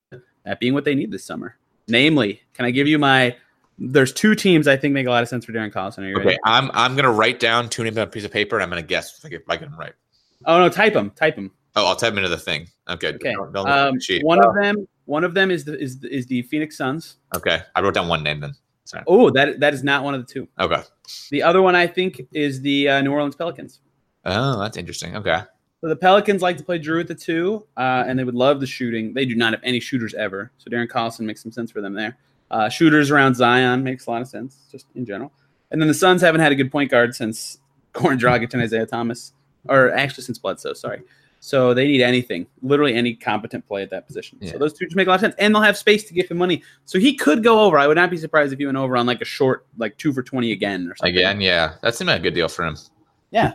S3: that being what they need this summer. Namely, can I give you my? There's two teams I think make a lot of sense for Darren Collison. Are you ready?
S2: Okay, I'm I'm gonna write down two names on a piece of paper, and I'm gonna guess if I get, if I get them right.
S3: Oh no, type them, type them.
S2: Oh, I'll type them into the thing. Okay,
S3: Okay.
S2: Don't, don't look at
S3: Um,
S2: the sheet. Oh.
S3: one of them, one of them is the is the- is the Phoenix Suns.
S2: Okay, I wrote down one name then.
S3: Oh, that that is not one of the two.
S2: Okay.
S3: The other one I think is the uh, New Orleans Pelicans.
S2: Oh, that's interesting. Okay.
S3: So the Pelicans like to play Drew at the two, uh, and they would love the shooting. They do not have any shooters ever, so Darren Collison makes some sense for them there. Uh, shooters around Zion makes a lot of sense, just in general. And then the Suns haven't had a good point guard since Goran Dragic and Isaiah Thomas, or actually since Bledsoe. Sorry. So they need anything, literally any competent play at that position.
S2: Yeah.
S3: So those two just make a lot of sense, and they'll have space to give him money, so he could go over. I would not be surprised if he went over on like a short, like two for twenty again or something.
S2: Again, yeah, that seemed like a good deal for him.
S3: Yeah.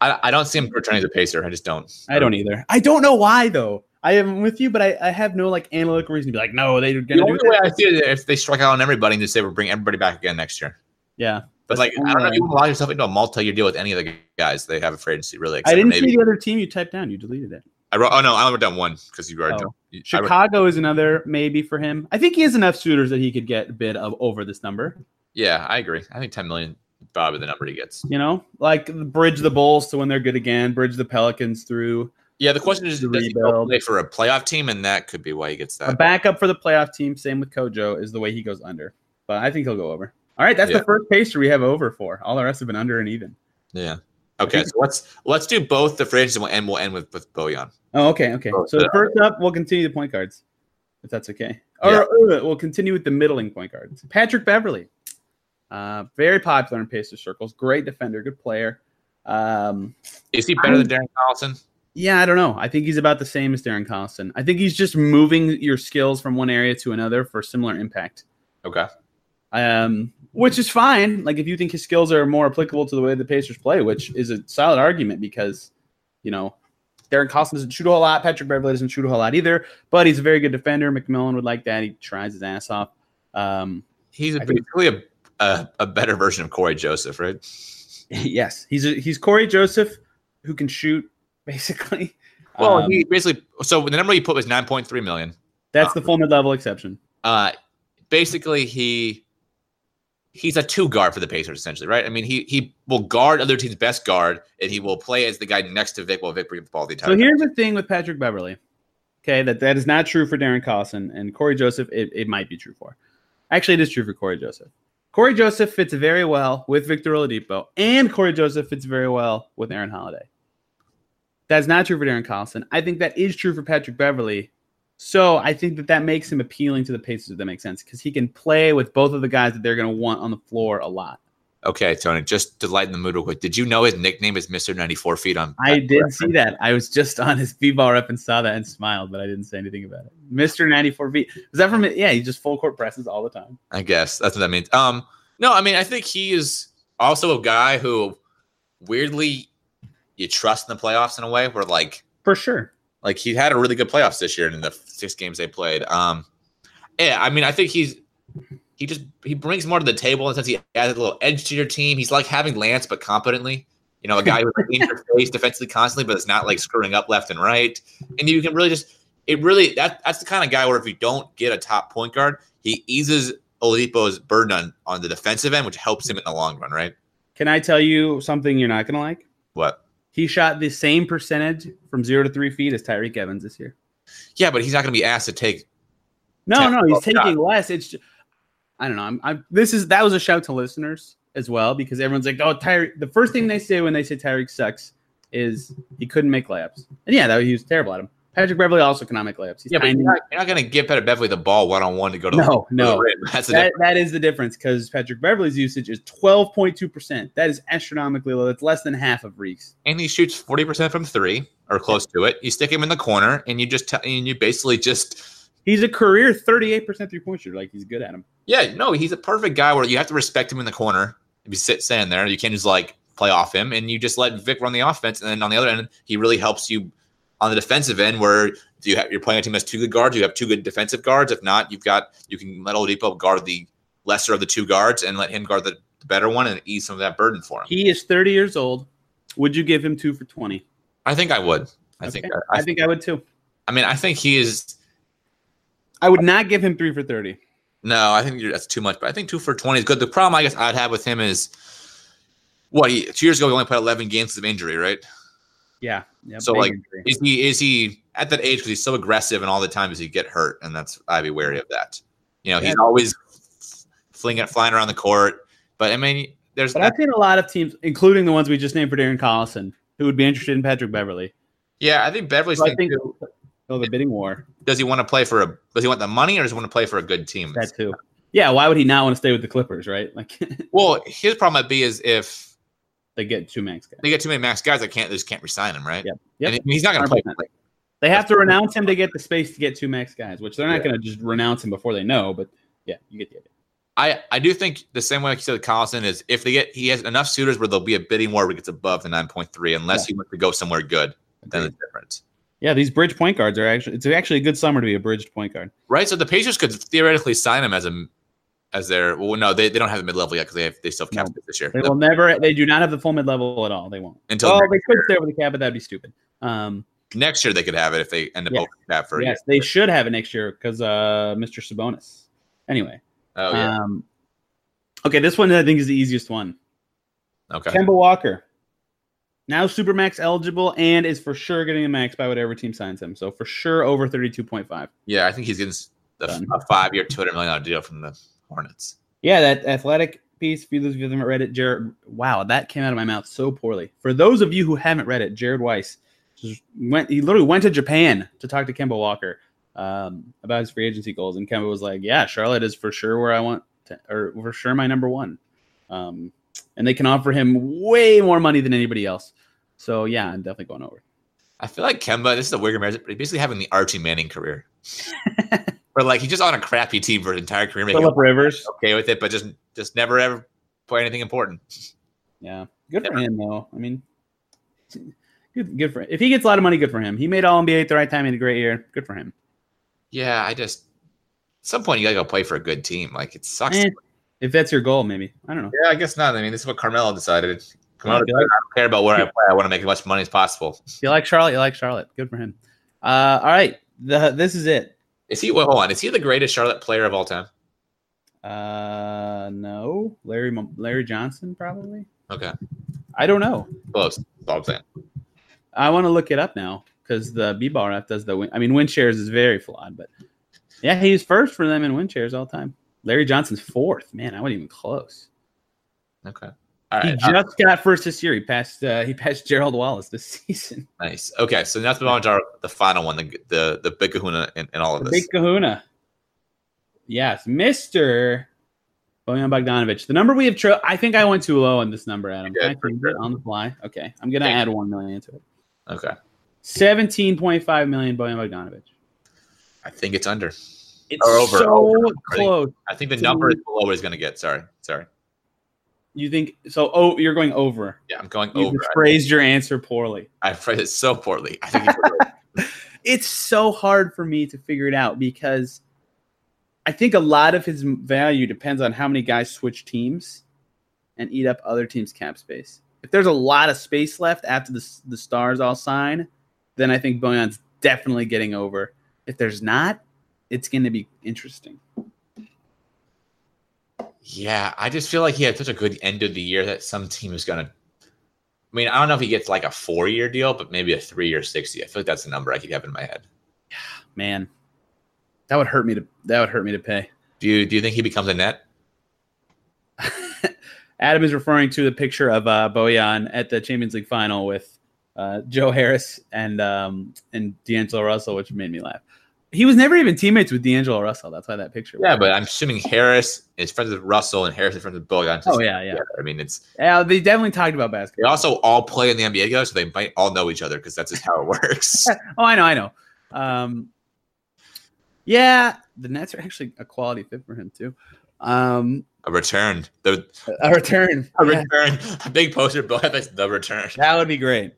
S2: I, I don't see him returning as a pacer. I just don't.
S3: I don't either. I don't know why though. I am with you, but I, I have no like analytical reason to be like, no, they're
S2: The
S3: gonna do
S2: only way
S3: that.
S2: I see it is if they strike out on everybody and just say we'll bring everybody back again next year.
S3: Yeah,
S2: But
S3: That's
S2: like,
S3: the
S2: I don't know if
S3: only
S2: you
S3: way.
S2: allow yourself into a multi-year deal with any of the guys they have a free agency really.
S3: I
S2: except
S3: didn't
S2: maybe
S3: see the other team you typed down. You deleted it.
S2: I wrote. Oh no, I wrote down one because you already.
S3: Oh.
S2: done- you- I wrote-
S3: Chicago is another maybe for him. I think he has enough suitors that he could get a bid of over this number.
S2: yeah, I agree. I think ten million probably the number he gets.
S3: You know, like bridge the Bulls to when they're good again, bridge the Pelicans through
S2: Yeah, the question is,
S3: The
S2: does he go
S3: rebuild.
S2: play for a playoff team, and that could be why he gets
S3: a
S2: that.
S3: backup for the playoff team. Same with Kojo is the way he goes under, but I think he'll go over. All right, that's
S2: Yeah.
S3: the first pacer we have over for. All the rest have been under and even.
S2: Yeah. Okay, so let's let's do both the free agents, and we'll end we'll end with with Bojan.
S3: Oh, okay, okay.
S2: Oh,
S3: So the
S2: yeah.
S3: first up, we'll continue the point guards, if that's okay. Or
S2: Yeah.
S3: uh, we'll continue with the middling point guards. Patrick Beverly, uh, very popular in Pacer circles. Great defender, good player. Um,
S2: Is he better than Darren Collison?
S3: yeah, I don't know. I think he's about the same as Darren Collison. I think he's just moving your skills from one area to another for similar impact,
S2: Okay.
S3: um, which is fine. Like if you think his skills are more applicable to the way the Pacers play, which is a solid argument because, you know, Darren Collison doesn't shoot a whole lot. Patrick Beverly doesn't shoot a whole lot either, but he's a very good defender. McMillan would like that. He tries his ass off. Um,
S2: He's
S3: I
S2: a,
S3: think-
S2: basically a, a a better version of Corey Joseph, right?
S3: yes, he's a, he's Corey Joseph who can shoot basically.
S2: Well,
S3: Um,
S2: he basically so the number you put was nine point three million.
S3: that's the full mid level exception.
S2: Uh, basically, he he's a two guard for the Pacers, essentially, right? I mean, he he will guard other team's best guard, and he will play as the guy next to Vic while Vic brings the ball the entire.
S3: So
S2: time.
S3: here's the thing with Patrick Beverly. Okay, that, that is not true for Darren Collison and Corey Joseph. It, it might be true for. Actually, it is true for Corey Joseph. Corey Joseph fits very well with Victor Oladipo, and Corey Joseph fits very well with Aaron Holiday. That's not true for Darren Collison. I think that is true for Patrick Beverly. So I think that that makes him appealing to the Pacers. If that makes sense, because he can play with both of the guys that they're going to want on the floor a lot.
S2: Okay, Tony, just to lighten the mood real quick, did you know his nickname is Mister Ninety Four Feet on?
S3: I did see that. I was just on his B-ball rep and saw that and smiled, but I didn't say anything about it. Mr. 94 feet. Was that from it? Yeah, he just full court presses all the time.
S2: I guess that's what that means. Um, no, I mean, I think he is also a guy who weirdly you trust in the playoffs in a way where like
S3: For sure.
S2: Like he had a really good playoffs this year in the six games they played. Um, yeah, I mean, I think he's he just he brings more to the table in the sense he adds a little edge to your team. He's like having Lance, but competently. You know, a guy who's like in your face defensively constantly, but it's not like screwing up left and right. And you can really just it really that that's the kind of guy where if you don't get a top point guard, he eases Oladipo's burden on on the defensive end, which helps him in the long run, right?
S3: Can I tell you something you're not going to like?
S2: What?
S3: He shot the same percentage from zero to three feet as Tyreek Evans this year.
S2: Yeah, but he's not going to be asked to take
S3: No,
S2: Ten-
S3: no, he's
S2: twelve
S3: taking less. It's just, I don't know. I'm, I'm this is that was a shout to listeners as well because everyone's like, oh, Tyreek. The first thing they say when they say Tyreek sucks is he couldn't make layups, and yeah, that he was terrible at him. Patrick Beverly also cannot make layups. He's
S2: Yeah, but you're
S3: tiny.
S2: not, you're not going to give Peter Beverly the ball one on one to go to
S3: No,
S2: the,
S3: no.
S2: To the rim. That's the
S3: that, that is the difference because Patrick Beverly's usage is 12.2%. That is astronomically low. That's less than half of Reeks.
S2: and he shoots forty percent from three or close to it. You stick him in the corner, and you just tell, and you basically just
S3: He's a career 38% three point shooter. Like he's good at him.
S2: yeah, no, he's a perfect guy where you have to respect him in the corner. If you sit standing there, you can't just like play off him, and you just let Vic run the offense. And then on the other end, he really helps you on the defensive end where you have you're playing a team that's two good guards. You have two good defensive guards. If not, you've got you can let Oladipo guard the lesser of the two guards and let him guard the, the better one and ease some of that burden for him.
S3: He is 30 years old. Would you give him two for 20?
S2: I think I would. I think
S3: Okay.
S2: I,
S3: I think I would too.
S2: I mean I think he is
S3: I would not give him three for 30.
S2: no, I think you're, that's too much. But I think two for twenty is good. The problem I guess I'd have with him is what he two years ago he only played eleven games because of injury, right?
S3: Yeah. yeah
S2: So,
S3: big
S2: like,
S3: injury.
S2: Is he is he at that age because he's so aggressive and all the time does he get hurt? And that's I'd be wary of that. You know, he's
S3: Yeah.
S2: always flinging flying around the court. But I mean, there's
S3: But I've seen a lot of teams, including the ones we just named for Darren Collison, who would be interested in Patrick Beverly.
S2: yeah, I think Beverly's
S3: So I
S2: thing
S3: think,
S2: too,
S3: oh, the bidding war.
S2: does he want to play for a does he want the money or does he want to play for a good team?
S3: That too. Yeah. Why would he not want to stay with the Clippers, right? Like
S2: well, his problem might be is if
S3: they get two max guys.
S2: they get too many max guys, I can't they just can't resign him, right?
S3: Yep. Yep.
S2: And he's not going to play.
S3: 100%. They have to renounce him to get the space to get two max guys, which they're not
S2: Yeah.
S3: going to just renounce him before they know. But yeah, you get the idea.
S2: I, I do think the same way like you said with Collison is if they get he has enough suitors where there'll be a bidding war where it gets above the nine point three unless he wants to go somewhere good. Then it's different.
S3: Yeah, these bridge point guards are actually it's actually a good summer to be a bridged point guard.
S2: Right. So the Pacers could theoretically sign him as a as their well no, they, they don't have the mid level yet because they have they still have cap
S3: No.
S2: space this year.
S3: They Oh. will never. They do not have the full mid level at all. They won't.
S2: Until
S3: Well,
S2: next,
S3: they could stay over the cap, but that'd be stupid. Um,
S2: next year they could have it if they end up
S3: Yeah.
S2: over cap for a
S3: yes, they
S2: year.
S3: should have it next year because uh, Mr. Sabonis. Anyway,
S2: Oh yeah.
S3: Uh, um, okay, this one I think is the easiest one.
S2: Okay.
S3: Kemba Walker. Now Supermax eligible and is for sure getting a max by whatever team signs him. So for sure over 32.5.
S2: Yeah, I think he's getting s- the,
S3: Done.
S2: a five-year, two hundred million dollar deal from the Hornets.
S3: Yeah, that athletic piece, for those of you who haven't read it, Jared, wow, that came out of my mouth so poorly. For those of you who haven't read it, Jared Weiss just went, he literally went to Japan to talk to Kemba Walker um, about his free agency goals. And Kemba was like, yeah, Charlotte is for sure where I want to, or for sure my number one. Um, and they can offer him way more money than anybody else. So yeah, I'm definitely going over.
S2: I feel like Kemba. This is a weird comparison, but he's basically having the Archie Manning career, where like he's just on a crappy team for his entire career, making
S3: Philip Rivers.
S2: okay with it, but just just never ever play anything important.
S3: Yeah, good for him though. I mean, good, good for if he gets a lot of money, good for him. He made All NBA at the right time in a great year. Good for him.
S2: Yeah, I just at some point you gotta go play for a good team. Like it sucks.
S3: Eh, if that's your goal, maybe I don't know.
S2: Yeah, I guess not. I mean, this is what Carmelo decided. Carmelo,
S3: Yeah,
S2: decided, I don't care about where I play. I want to make as much money as possible.
S3: If you like Charlotte, you like Charlotte. Good for him. Uh, all right, the this is it.
S2: Is he? Well, hold on. Is he the greatest Charlotte player of all time?
S3: Uh, no, Larry Mo- Larry Johnson probably.
S2: Okay,
S3: I don't know.
S2: close. That's all I'm saying.
S3: I want to look it up now because the B ball ref does the win. I mean, win shares is very flawed, but yeah, he's first for them in win shares all time. Larry Johnson's fourth. Man, I wasn't even close.
S2: Okay. All
S3: He
S2: right. Uh,
S3: just got first this year. He passed. Uh, he passed Gerald Wallace this season.
S2: Uh, nice. Okay. So now let's move on to our, the final one, the the, the big Kahuna and, all of
S3: The
S2: this.
S3: big Kahuna. Yes, Mister Bojan Bogdanovic. The number we have. Tro- I think I went too low on this number, Adam.
S2: You
S3: Can I
S2: did, for
S3: change it
S2: sure.
S3: on the fly? Okay, I'm gonna
S2: Yeah.
S3: add one million to it.
S2: okay.
S3: Seventeen point five million Bojan Bogdanovic.
S2: I think it's under.
S3: It's
S2: Or over,
S3: so
S2: over, already.
S3: close.
S2: I think the number is below what he's going to get. Sorry. Sorry.
S3: You think so? Oh, you're going over.
S2: Yeah, I'm going
S3: You
S2: over.
S3: just phrased your answer poorly.
S2: I, I phrased it so poorly. I think he's right.
S3: it's so hard for me to figure it out because I think a lot of his value depends on how many guys switch teams and eat up other teams' cap space. If there's a lot of space left after the the stars all sign, then I think Bojan's definitely getting over. If there's not, it's going to be interesting.
S2: yeah, I just feel like he had such a good end of the year that some team is going to. I mean, I don't know if he gets like a four-year deal, but maybe a three-year, sixty. I feel like that's the number I keep having in my head.
S3: Man, that would hurt me to that would hurt me to pay.
S2: Do you do you think he becomes a net?
S3: Adam is referring to the picture of uh, Bojan at the Champions League final with uh, Joe Harris and um, and D'Angelo Russell, which made me laugh. He was never even teammates with D'Angelo Russell. That's why that picture.
S2: Yeah, but I'm assuming Harris is friends with Russell and Harris is friends with Bogan.
S3: oh yeah, yeah,
S2: I mean, it's
S3: yeah. They definitely talked about basketball.
S2: they also all play in the NBA together, so they might all know each other because that's just how it works.
S3: Oh, I know, I know. Um, yeah, the Nets are actually a quality fit for him too. Um,
S2: a return, the
S3: a return.
S2: a return, a big poster. Bogan that's the return.
S3: That would be great.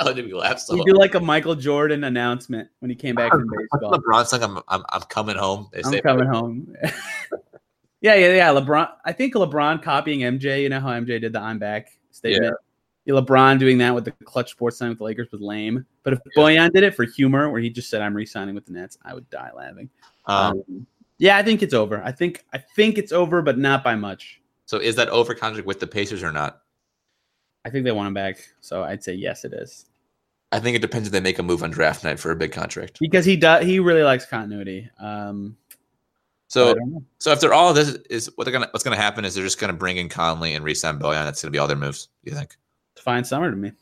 S2: Oh, did we laugh so?
S3: We do like a Michael Jordan announcement when he came back from baseball.
S2: LeBron's like, I'm, I'm, I'm coming home. They
S3: I'm coming home. yeah, yeah, yeah. LeBron. I think LeBron copying MJ. You know how MJ did the "I'm back" statement. Yeah, LeBron doing that with the clutch sports sign with the Lakers was lame. But if Boyan did it for humor, where he just said, "I'm re-signing with the Nets," I would die laughing.
S2: Um,
S3: Um, yeah, I think it's over. I think I think it's over, but not by much.
S2: so is that over contract with the Pacers or not?
S3: I think they want him back, so I'd say yes, it is
S2: I think it depends if they make a move on draft night for a big contract.
S3: because he does. He really likes continuity. Um, I
S2: So,
S3: don't know.
S2: so after all this is what they're gonna, what's gonna happen is they're just gonna bring in Conley and re-sign Boyan. That's gonna be all their moves. You think?
S3: it's fine summer to me.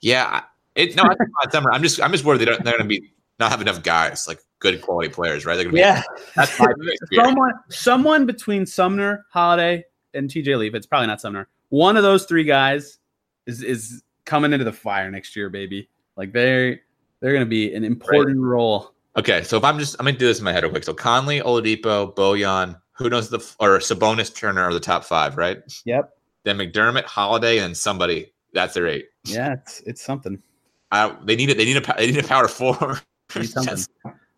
S2: Yeah. I- It, no, I think it's summer. I'm just, I'm just worried they don't, they're gonna be not have enough guys like good quality players, right? They're gonna be, That's my big fear.
S3: someone, someone between Sumner, Holiday, and TJ Leaf. It's probably not Sumner. One of those three guys is is coming into the fire next year, baby. Like they're they're gonna be an important role.
S2: Okay, so if I'm just, I'm gonna do this in my head real quick. So Conley, Oladipo, Bojan, who knows the f- or Sabonis, Turner are the top five, right?
S3: Yep.
S2: Then McDermott, Holiday, and somebody. That's their eight.
S3: Yeah, it's it's something.
S2: I, they need it. They need a. pow- They need a power four.
S3: Need something.
S2: That's-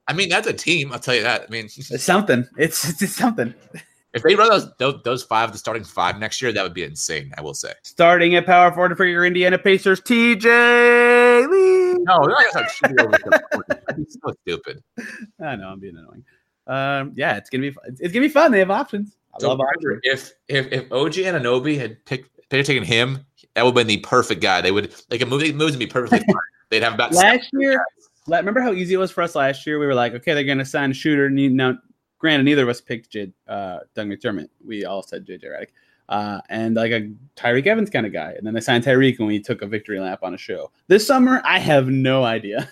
S2: I mean, that's a team. I'll tell you that. I mean,
S3: It's something. It's it's, it's something.
S2: if they run those, those those five, the starting five next year, that would be insane. I will say.
S3: Starting at power forward for your Indiana Pacers, TJ Leaf.
S2: No, they're not gonna start shooting over the- That's so stupid.
S3: I know I'm being annoying. Um, yeah, it's gonna be fu- it's, it's gonna be fun. They have options. I
S2: So
S3: love options.
S2: if if if OG Ananobi had picked they had taken him, that would have been the perfect guy. They would they could move these moves and be perfectly fine. They'd have about seven
S3: last year, la- remember how easy it was for us last year? We were like, okay, they're going to sign a shooter. Ne- Now, granted, neither of us picked J- uh, Doug McDermott. We all said JJ Redick. Uh, and like a Tyreek Evans kind of guy. And then they signed Tyreek and we took a victory lap on a show. This summer, I have no idea.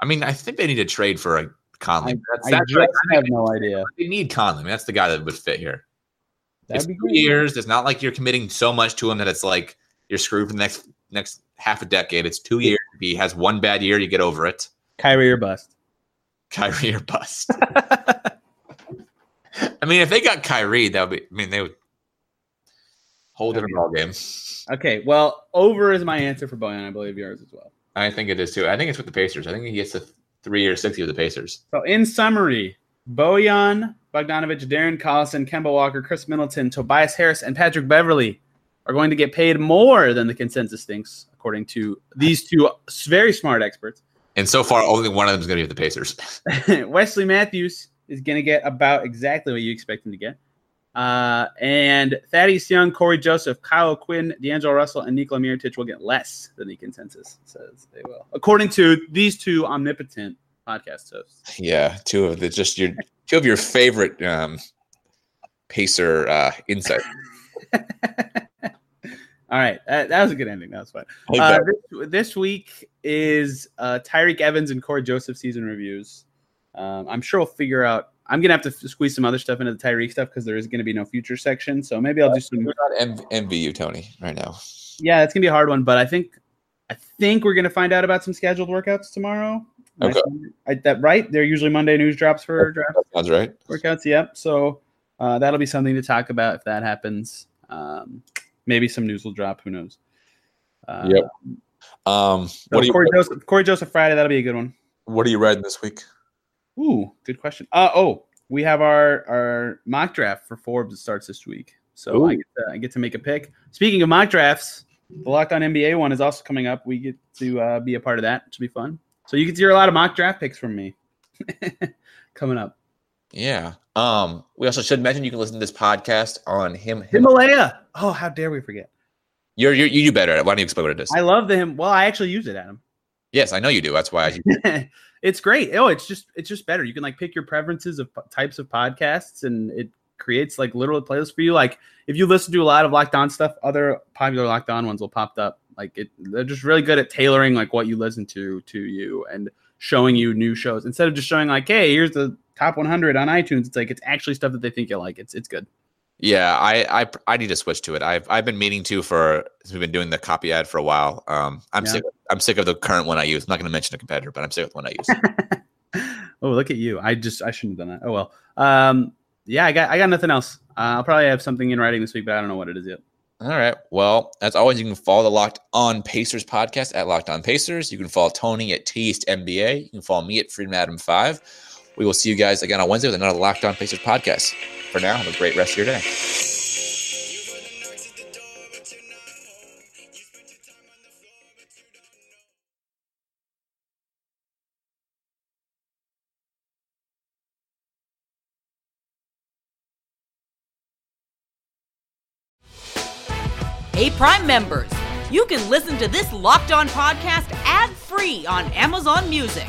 S2: I mean, I think they need to trade for a Conley.
S3: I,
S2: That's,
S3: I
S2: that's
S3: just
S2: right.
S3: have no idea.
S2: They need Conley. I mean, that's the guy that would fit here.
S3: That'd
S2: it's
S3: be
S2: two
S3: great.
S2: years. It's not like you're committing so much to him that it's like you're screwed for the next next half a decade. It's two years. If he has one bad year, you get over it.
S3: Kyrie or bust.
S2: Kyrie or bust. I mean, if they got Kyrie, that would be. I mean, they would hold it all game.
S3: Okay, well, over is my answer for Boyan. I believe yours as well.
S2: I think it is too. I think it's with the Pacers. I think he gets a three or sixty with the Pacers.
S3: So, in summary, Bojan Bogdanovich, Darren Collison, Kemba Walker, Chris Middleton, Tobias Harris, and Patrick Beverly are going to get paid more than the consensus thinks, according to these two s- very smart experts.
S2: And so far, only one of them is going to be with the Pacers.
S3: Wesley Matthews is going to get about exactly what you expect him to get. Uh, and Thaddeus Young, Corey Joseph, Kyle Quinn, D'Angelo Russell, and Nikola Mirotic will get less than the consensus says they will, according to these two omnipotent podcast hosts.
S2: Yeah, two of the just your two of your favorite um, Pacer uh, insight.
S3: All right, that, that was a good ending. That was fun.
S2: Hey,
S3: Uh,
S2: Bev,
S3: this, this week is uh, Tyreek Evans and Corey Joseph season reviews. Um, I'm sure we'll figure out. I'm gonna have to f- squeeze some other stuff into the Tyreek stuff because there is gonna be no future section. So maybe I'll do some.
S2: we're not en- envy you, Tony, right now.
S3: Yeah, it's gonna be a hard one, but I think I think we're gonna find out about some scheduled workouts tomorrow. And I
S2: Okay.
S3: think- I, that right? They're usually Monday news drops for draft
S2: That sounds right.
S3: workouts. Yep. So uh, that'll be something to talk about if that happens. Um, maybe some news will drop. Who knows? Uh,
S2: Yep. Um,
S3: so
S2: what are you
S3: Corey Joseph, Corey Joseph Friday. That'll be a good one.
S2: what are you riding this week?
S3: Ooh, good question. Uh, oh, we have our our mock draft for Forbes that starts this week, so I get, to, I get to make a pick. Speaking of mock drafts, the Locked On NBA one is also coming up. We get to uh, be a part of that, which will be fun. So you get to hear a lot of mock draft picks from me coming up.
S2: Yeah. Um, we also should mention you can listen to this podcast on him. him.
S3: Himalaya. Oh, how dare we forget?
S2: You're, you're you do better at it. Why don't you explain what it is?
S3: I love the him. Well, I actually use it, Adam.
S2: yes, I know you do. That's why. I,
S3: it's great. Oh, it's just it's just better. You can like pick your preferences of p- types of podcasts, and it creates like literal playlists for you. Like if you listen to a lot of Locked On stuff, other popular Locked On ones will pop up. Like it, they're just really good at tailoring like what you listen to to you and showing you new shows instead of just showing like, hey, here's the top 100 on iTunes. It's like it's actually stuff that they think you like. It's it's good.
S2: yeah, I, I I need to switch to it. I've I've been meaning to for since we've been doing the copy ad for a while. Um, I'm
S3: Yeah.
S2: sick. I'm sick of the current one I use. I'm not going to mention a competitor, but I'm sick of the one I use.
S3: oh, look at you. I just I shouldn't have done that. Oh well. Um, yeah, I got I got nothing else. Uh, I'll probably have something in writing this week, but I don't know what it is yet.
S2: All right. Well, as always, you can follow the Locked On Pacers podcast at Locked On Pacers. You can follow Tony at Teased NBA. You can follow me at Freedom Adam Five. We will see you guys again on Wednesday with another Locked On Pacers podcast. For now, have a great rest of your day.
S1: Hey, Prime members, you can listen to this Locked On podcast ad free on Amazon Music.